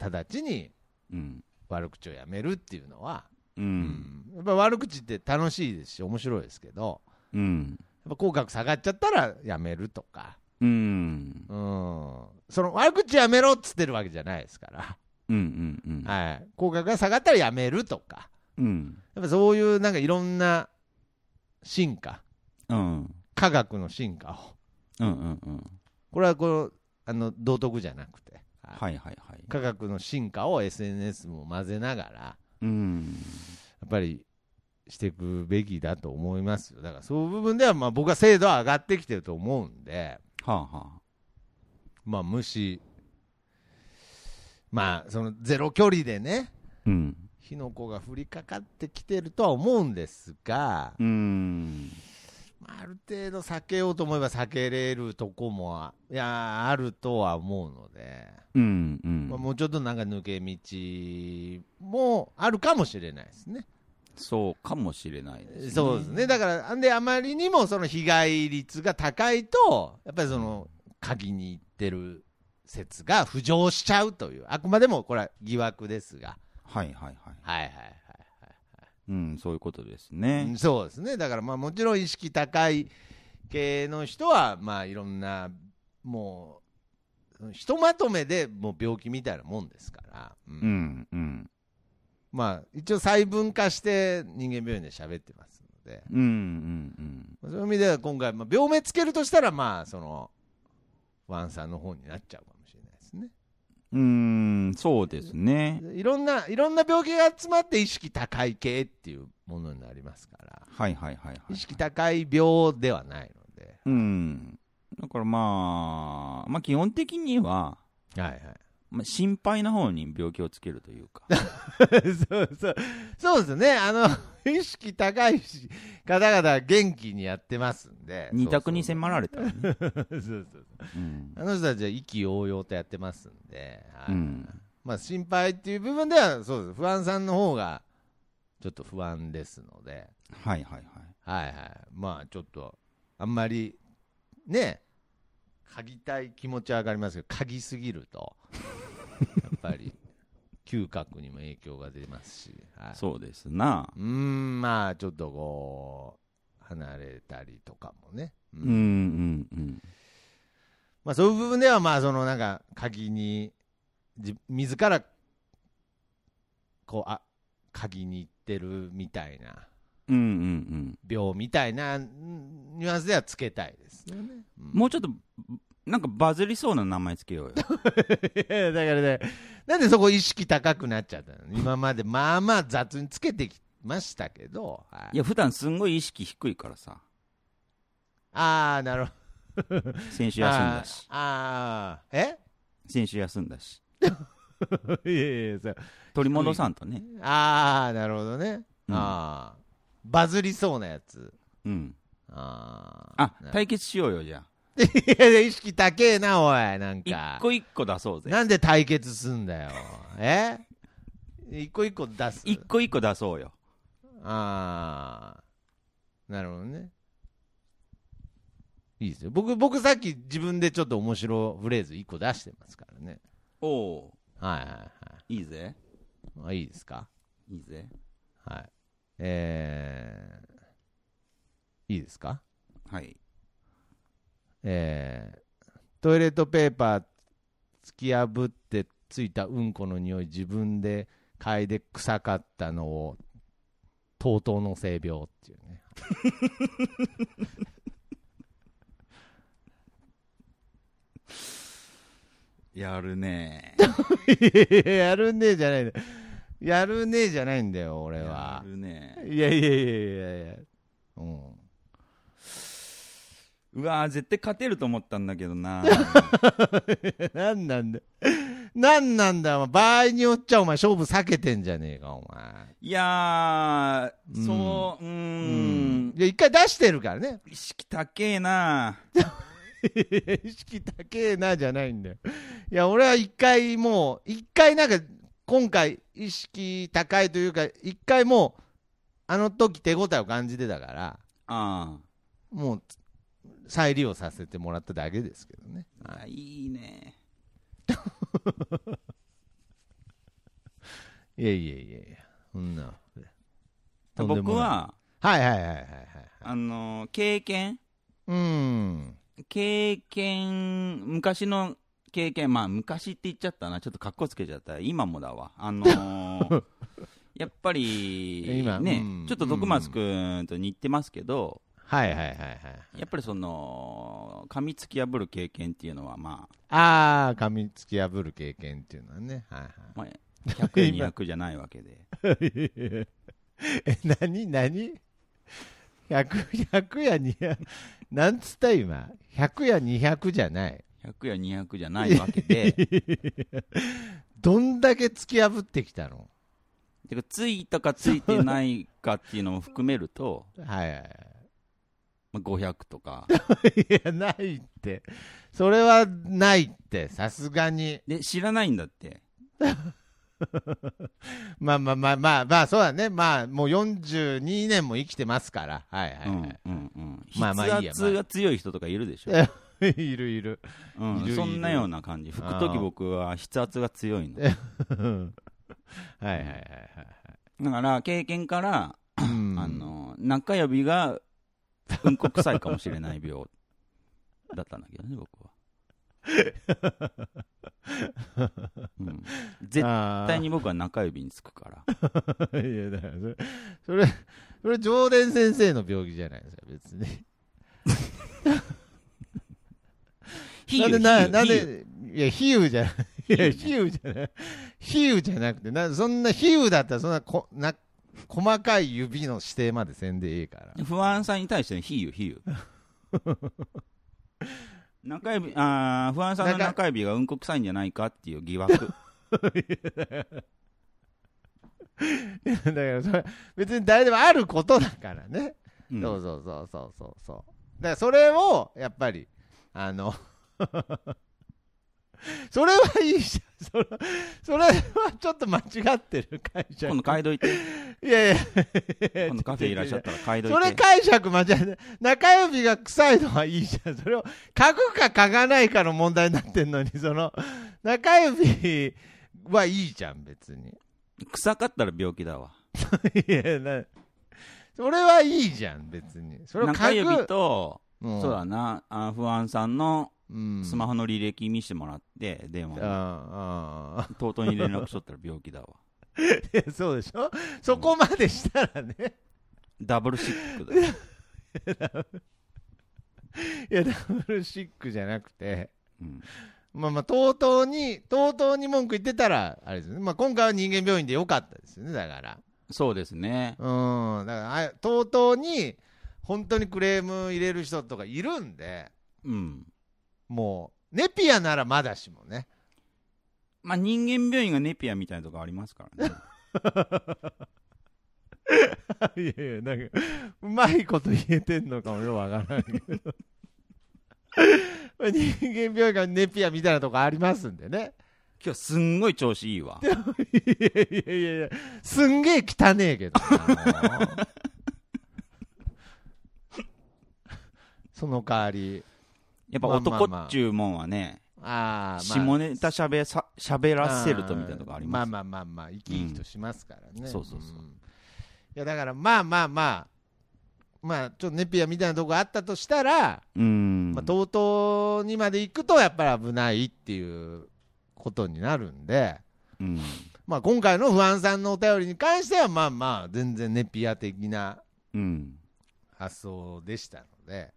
C: う直ちに
D: うん。
C: 悪口をやめるっていうのは、
D: う。
C: うんやっぱ悪口って楽しいですし面白いですけど
D: うん。
C: やっぱ口角下がっちゃったらやめるとか、
D: うん。
C: うん、その悪口やめろっつってるわけじゃないですから、
D: うんうんうん。
C: はい、口角が下がったらやめるとか
D: うん。
C: やっぱそういうなんかいろんな進化
D: うん。
C: 科学の進化を
D: うんうんうん。
C: これはこうあの道徳じゃなくて。はい
D: はいはいはい。
C: 科学の進化を SNS も混ぜながらや
D: うん。
C: っぱりしていくべきだと思いますよだからそういう部分ではまあ僕は精度は上がってきてると思うんで
D: はあはあ。
C: まあ無視まあそのゼロ距離でね
D: うん。
C: 火の粉が降りかかってきてるとは思うんですが、
D: うん。
C: まあ、ある程度避けようと思えば避けれるとこもあいやあるとは思うので、
D: うんう
C: まあ、
D: ん。
C: もうちょっとなんか抜け道もあるかもしれないですね。
D: そうかもしれないですね。
C: そうですね、だから、あんであまりにもその被害率が高いと、やっぱりその鍵に行ってる説が浮上しちゃうという、あくまでもこれは疑惑ですが、
D: はいはいはい。
C: はいはいはい
D: うん、そういうことです
C: う
D: ね
C: ん。そうですね、だからまあもちろん意識高い系の人は、まあいろんな、もう、ひとまとめでもう病気みたいなもんですから、うん
D: うんうん。
C: まあ一応細分化して人間病院で喋ってますので。
D: うんうん
C: まあそういう意味では今回、まあ、病名つけるとしたら、まあ、その、ワンさんの方になっちゃうかもしれないですね。
D: うん。うん、そうですね。
C: いろんな、いろんな病気が集まって意識高い系っていうものになりますから、
D: はいはいはいはい。
C: 意識高い病ではないので、
D: うん。だからまあ、まあ基本的には、
C: はいはい。
D: まあ、心配な方に病気をつけると いうか。
C: そうそう、そうですね。あの、 意識高いし方々は元気にやってますんで、
D: 二択に
C: そう
D: 迫られ たらね。
C: そうそうそう
D: うん
C: あの人たちは意気揚々とやってますんで、はい
D: うん
C: まあ、心配っていう部分ではそうです不安さんの方がちょっと不安ですので、
D: はいはい
C: は
D: はい。
C: いはい、まあちょっとあんまりね嗅ぎたい気持ちは上がりますけど嗅ぎすぎるとやっぱり嗅覚にも影響が出ますし、はい、
D: そうですな。
C: うーんまあちょっとこう離れたりとかもね、う
D: うんうんうん
C: まあ、そういう部分ではまあそのなんか鍵にじ自らこうあ鍵に行ってるみたいな
D: うんうんうん
C: 病みたいなんニュアンスではつけたいですね、うん
D: もうちょっとなんかバズりそうな名前つけよ うよ
C: いや だからね、なんでそこ意識高くなっちゃったの今までまあまあ雑につけてきましたけど、はい
D: や普段すんごい意識低いからさ
C: ああ、なるほど。
D: 先週休んだし
C: あーあ
D: 先週休んだし
C: ー、え いやいやそう
D: 取り戻さんとね
C: ああ、なるほどね。
D: うん
C: ああ、バズりそうなやつ。
D: うん
C: ああ
D: あ対決しようよじゃあ
C: いやいや、意識高えな、おい、なん
D: 一
C: か。
D: 個一個出そうぜ
C: なんで対決すんだよ。え一個一個出す。
D: 一個一個出そうよ
C: ああ、なるほどね。いいですよ。僕、僕さっき自分でちょっと面白フレーズ1個出してますからね。
D: おお
C: はいはいはい
D: いぜ
C: い。まあ、いいですか
D: いいぜ
C: はい。えー、いいですか
D: はい
C: えー、トイレットペーパー突き破ってついたうんこの匂い自分で嗅いで臭かったのを、とうとうの性病っていうね。
D: やるね
C: い ややるねえじゃないんだよやるねえじゃないんだよ俺
D: や
C: は
D: るね
C: いやいやいやいやいやうん
D: うわー絶対勝てると思ったんだけ どな
C: 何なんだ何なんだお前場合によっちゃお前勝負避けてんじゃねえかお前
D: いや
C: う
D: ー
C: ん
D: そううーん
C: うんいや一回出してるからね
D: 意識高えな
C: 意識高えなじゃないんだよいや俺は一回もう一回なんか今回意識高いというか一回もうあの時手応えを感じてたから
D: あ
C: もう再利用させてもらっただけですけどね
D: ーあいいね
C: いやいやいやいや、そんな。とんでもない
D: 僕、は
C: はいはいはいはいはい。
D: あのー経験
C: うん。
D: 経験昔の経験まあ昔って言っちゃったなちょっとかっこつけちゃった今もだわあの ーやっぱり
C: 今
D: ね、
C: うん
D: ちょっと徳松君と似てますけど、
C: はいはいはいはい。
D: やっぱりその噛みつき破る経験っていうのはま
C: あー、噛みつき破る経験っていうのはね。はいはい。
D: あ、ま あ、100 200じゃないわけで
C: え、 何何 ?100、100や200、なんつった今。100や200じゃない。
D: 100や200じゃないわけで
C: どんだけ突き破ってきたの
D: てかついたかついてないかっていうのも含めると、
C: はいはいはい。
D: まあ、500とか
C: い や、ないって。それはないって、さすがに。
D: で知らないんだって
C: まあまあまあまあ、まあ、そうだね。まあ、もう42年も生きてますから。はいはい、はい
D: うんうんうん、筆
C: まあまあいいや
D: 圧が強い人とかいるでしょ、
C: いるいる。
D: うん
C: いるいる
D: そんなような感じ拭くとき僕は筆圧が強いのだ
C: はいはいはいはい。
D: から経験から、
C: あ
D: あ、の中指がうんこ臭いかもしれない病だったんだけどね僕は、 うん、絶対
C: 対
D: に。僕は中指につくから
C: いや、だからそれ、それ、それ、上田先生の病気じゃないですか、別に。
D: 比
C: なんで、
D: 喩比
C: ななんで、いや、比喩
D: 喩比喩
C: じゃない。いや、比喩じゃない。比喩じゃなくて、なそんな、比喩だったら、そんなこ、な、細かい指の指定までせんでいいから。
D: 不安さに対しての比喩比喩中指あー不安さんの中指がうんこ臭いんじゃないかっていう疑惑
C: だから、それ、別に誰でもあることだからね。
D: うん
C: そうそうそうそうそうそうだからそれをやっぱりあの それはいいじゃんそれそれはちょっと間違ってる解釈
D: 今度嗅いどいて
C: いやいや
D: 今度カフェいらっしゃったら嗅いどい
C: それ
D: て
C: 解釈間違えて中指が臭いのはいいじゃんそれを嗅ぐか嗅がないかの問題になってんのに その中指はいいじゃん別に
D: 臭かったら病気だわ
C: いやなそれはいいじゃん、別に。それを
D: 中指
C: 書く。
D: と、
C: うん
D: そうだな、あ不安さんの
C: うん
D: スマホの履歴見せてもらって、電話で。
C: ああ
D: とうとうに連絡しとったら病気だわ。
C: ああ そうでしょそこまでしたらね。
D: ダブルシックだよ。
C: いや、ダブルシックじゃなくて。
D: うん
C: まあまあ、とうとうに、とうとうに文句言ってたら、あれですよね。まあ今回は人間病院でよかったですよね、だから。
D: そうですね。
C: うん。だから、あとうとうに、本当にクレーム入れる人とかいるんで、
D: うん。
C: もう、ネピアならまだしもね。
D: まあ人間病院がネピアみたいなとこありま すからね。
C: いやいや、なんか、うまいこと言えてんのかもよくわからんけど。人間病がネピアみたいなとこありますんでね。
D: 今日すんごい調子いいわ。
C: いやいやいやいや、すんげえ汚ねえけどな。もうその代わり、
D: やっぱ
C: まあまあまあ
D: 男っちゅうもんはね、
C: ああ、
D: 下ネタしゃべさしゃべらせるとみたいなとこあります。
C: まあまあまあまあ、生き生きとしますからね。
D: うんそうそうそうん
C: いや、だからまあまあまあ、まあ、ちょっとネピアみたいなとこあったとしたら、
D: うん。
C: まあ、TOTO にまで行くとやっぱり危ないっていうことになるんで、
D: うん
C: まあ、今回の不安さんのお便りに関してはまあまあ全然ネピア的な
D: うん。
C: 発想でしたので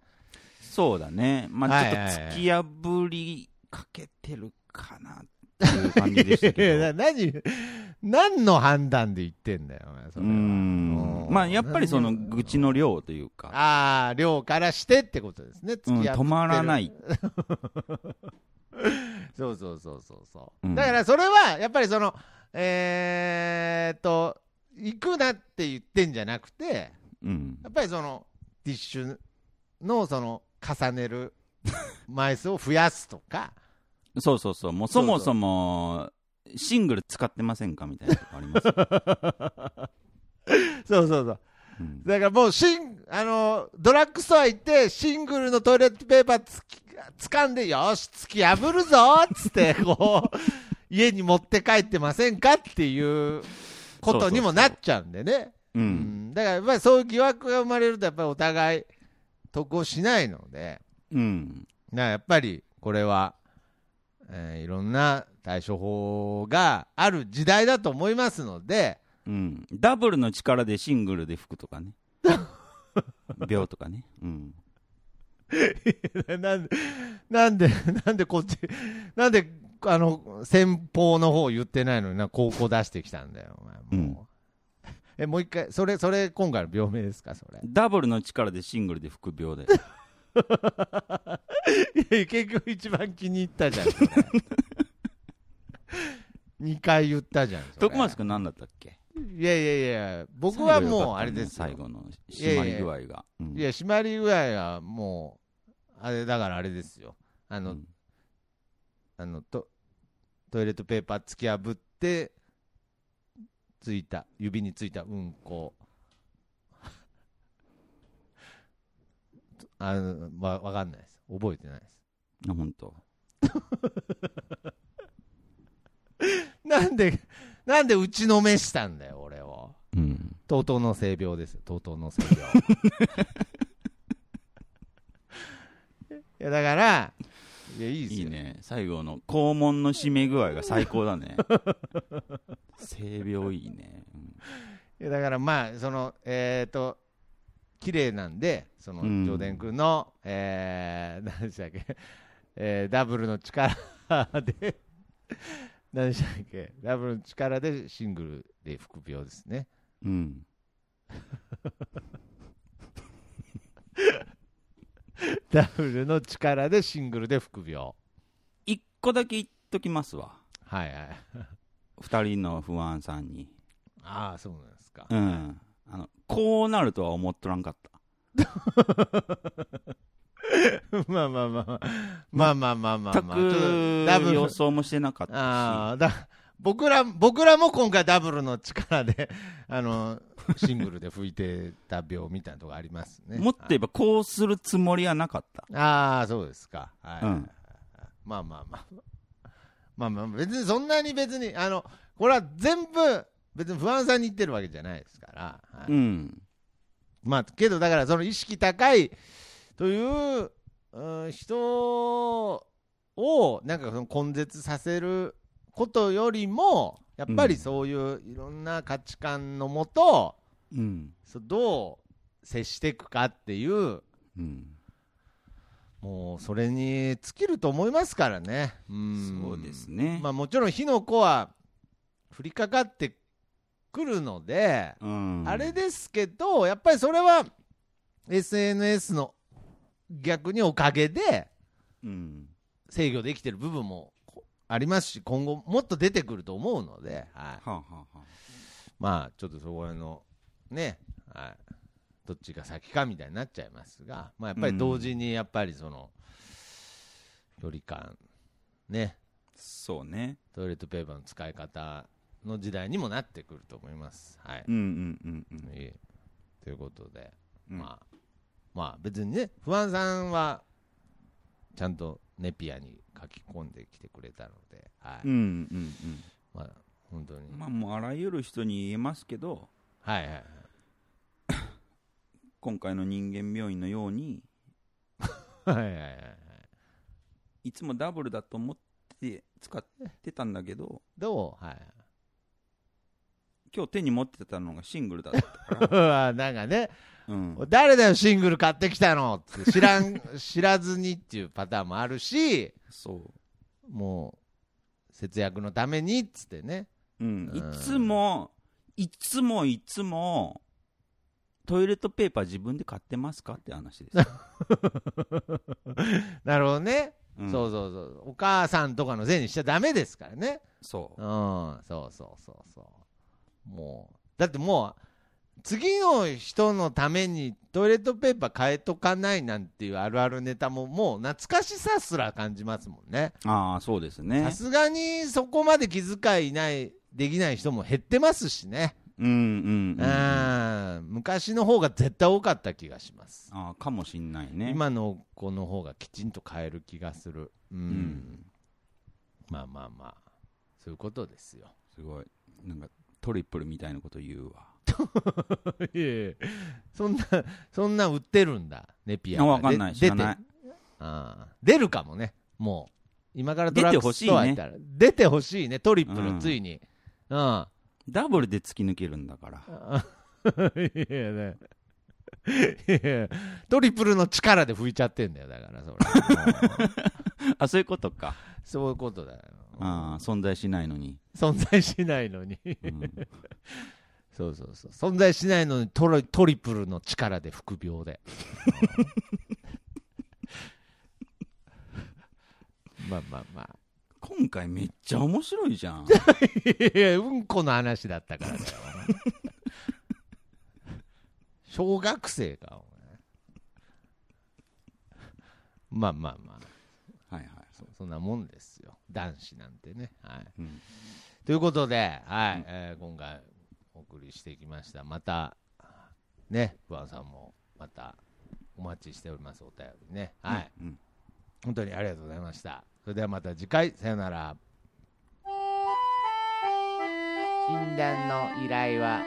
D: そうだね。ま
C: は
D: あ
C: い
D: ち
C: はい
D: ょ
C: は
D: っ
C: い
D: と突き破りかけてるかなっていう感じでし たけど。
C: 何何の判断で言ってんだよお前それ
D: う
C: は
D: ん
C: うん
D: まあやっぱりその愚痴の量というか、
C: ああ量からしてってことですね
D: うん、
C: 付き合って
D: 止
C: る
D: まらない。
C: そうそうそうそうそう、
D: うん
C: だからそれはやっぱりそのえー、っと行くなって言ってんじゃなくて
D: うん。
C: やっぱりそのティッシュのその重ね る枚数を増やすとか、
D: そうそうそう。もう
C: そう
D: そ
C: そう
D: もそも、シングル使ってませんかみたいなとこあります。
C: そうそうそう、
D: うん
C: だからもうシンあのドラッグストア行って、シングルのトイレットペーパーつき掴んで、よし、突き破るぞっつ って、こう家に持って帰ってませんかっていうことにもなっちゃうんでね、
D: う。
C: うんんだからやっぱりそういう疑惑が生まれると、やっぱりお互い、得をしないので。
D: うん。
C: なやっぱりこれは、えーいろんな対処法がある時代だと思いますので、
D: うん。ダブルの力でシングルで服とかね。秒とかね。うん。
C: なんで、なんで、なんでこっち、なんで、あの、先方の方言ってないのにな、高校出してきたんだよ、お前もう。え、もう一回、それ、それ、今回の病名ですか、それ。
D: ダブルの力でシングルで服秒で。
C: いや結局一番気に入ったじゃん、そ れ二回言ったじゃん。それ
D: 徳松君何だったっけ
C: いやいやいや、僕はもう、あれですよ
D: 最後良かったね最後の締まり具合が。うん
C: いや、締まり具合はもう、あれだからあれですよ、あの、
D: うん
C: あのトトイレットペーパー突き破って、ついた、指についたうんこ、 あのわわかんないです、覚えてないです。
D: あ本当。
C: なんで、なんで打ちのめしたんだよ、俺を。
D: うん。
C: とうとうの性病ですよ、とうとうの性病。い やだから、いや、いいですよ。
D: いいね。最後の肛門の締め具合が最高 だね。性病いいね。うん
C: いやだからまあそのえっ、ー、と綺麗なんでその
D: うん
C: 上田君の、えー、 何でしたっけ、えーダブルの力で 何でしたっけダブルの力でシングルで副病ですね
D: うん。
C: ダブルの力でシングルで副病
D: 一個だけ言っときますわ。
C: はいはい
D: 二人の不安さんに。
C: ああそうなんですか、
D: うん。あの、こうなるとは思っとらんかった。
C: まあまあまあまあまあまあまあ
D: 全
C: まあ、ちょっとダブ
D: く
C: ル
D: 予想もしてなかった
C: ああだ僕ら僕らも今回ダブルの力で あのシングルで吹いてた病みたいなとこありますね
D: し、もっと言えばこうするつもりはなかった。
C: ああそうですか、はい
D: うん
C: まあまあまあまあまあ別にそんなに別にあのこれは全部別に不安さんに言ってるわけじゃないですから、はい
D: うん。
C: まあ、けどだからその意識高いという、うん人をなんかその根絶させることよりもやっぱりそういういろんな価値観のもと、
D: うん
C: そうどう接していくかっていう
D: うん
C: もうそれに尽きると思いますからね。うん
D: そうですね
C: まあ、もちろん火の粉は降りかかってくるので、
D: うん
C: あれですけどやっぱりそれは SNS の逆におかげで
D: うん
C: 制御できてる部分もこありますし今後もっと出てくると思うので、はい、
D: はあはあはあ
C: まあちょっとそこら辺のね、はい、どっちが先かみたいになっちゃいますが、まあ、やっぱり同時にやっぱりその距離感ね
D: そうね
C: トイレットペーパーの使い方の時代にもなってくると思います。はい
D: うんうんうんうん
C: ええということで、
D: うん
C: まあまあ別にね不安さんはちゃんとネピアに書き込んできてくれたので、はい
D: うんうん
C: まあ本当に、
D: うんまあもうあらゆる人に言えますけど
C: はいはいはい
D: 今回の人間病院のように
C: はいはいはいはい
D: いつもダブルだと思って使ってたんだけど
C: どうはい
D: 今日手に持ってたのがシングルだった から、
C: うわなんかね
D: うん、
C: 誰だよシングル買ってきたのって知らん 知らずにっていうパターンもあるし
D: そ
C: もう節約のためにっつってね
D: う、うん、
C: うん
D: いつもいつもいつもトイレットペーパー自分で買ってますかって 話です、
C: なるほどね、
D: うん
C: そうそうそうお母さんとかのせいにしちゃダメですからね、
D: そううん
C: そうそうそうそう。もう、だってもう、次の人のためにトイレットペーパー変えとかないなんていうあるあるネタももう懐かしさすら感じますもんね。
D: ああそうです
C: さ
D: ね
C: すがにそこまで気遣いない、できない人も減ってますしね。
D: うんうん、
C: う
D: うん、あ
C: ん、昔の方が絶対多かった気がします。
D: あかもしんないね
C: 今の子の方がきちんと変える気がする。うん。
D: うん
C: まあまあまあ、そういうことですよ。
D: すごいなんかトリプルみたいなこと言うわ
C: いえいえそんな、そんな売ってるんだ、ネピア
D: あ
C: が。
D: わかんない
C: で
D: 知らない
C: 出てあー出るかもね、もう。今からドラッグストア行ったら。出てほしいね、トリプ
D: う
C: ル、
D: ん
C: ついに。うん。あ
D: ダブルで突き抜けるんだから
C: ーいやね。いやいやトリプルの力で拭いちゃってんだよ、だから、そ れ。うん
D: あそういうことか
C: そういうことだよ。
D: ああ存在しないのに、
C: 存在しないのに。
D: うん、
C: そうそうそう。存在しないのにトロトリプルの力で副病で。 まあまあまあ。
D: 今回めっちゃ面白いじゃん
C: いや、うんこの話だったからだよ。小学生か、お前。まあまあまあ、
D: はいはいそう、
C: そんなもんですよ。男子なんてね。はい。
D: うん、
C: ということで、はいえー今回お送りしてきましたまたね不安さんもまたお待ちしておりますお便りねはい、
D: うん
C: 本当にありがとうございましたそれではまた次回さよなら
E: 診断の依頼は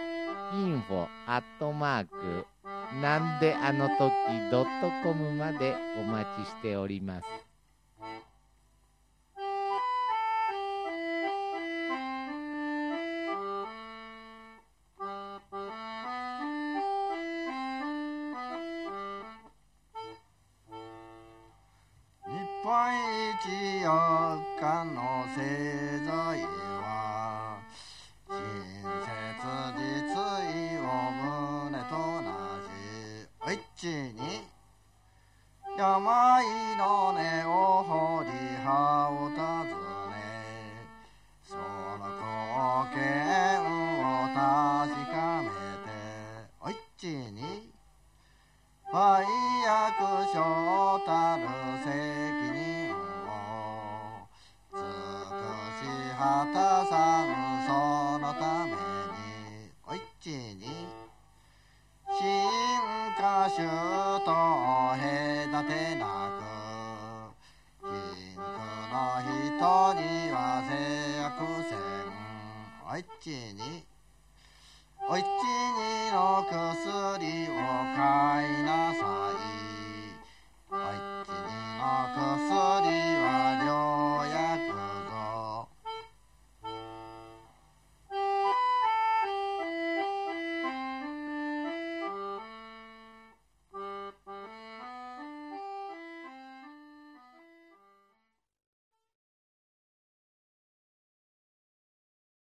E: info アットマークなんであの時ドットコムまでお待ちしております
F: 日本一四日の製材は親切実意を胸と同じ一に病の根を掘り葉を尋ねその貢献を確かめて一に愛役所たる責任を尽くし果たさぬそのためにおいちに進化種と隔てなく貧苦の人には制約せんおいちに愛おいちにの薬を買いなさいおいちにの薬は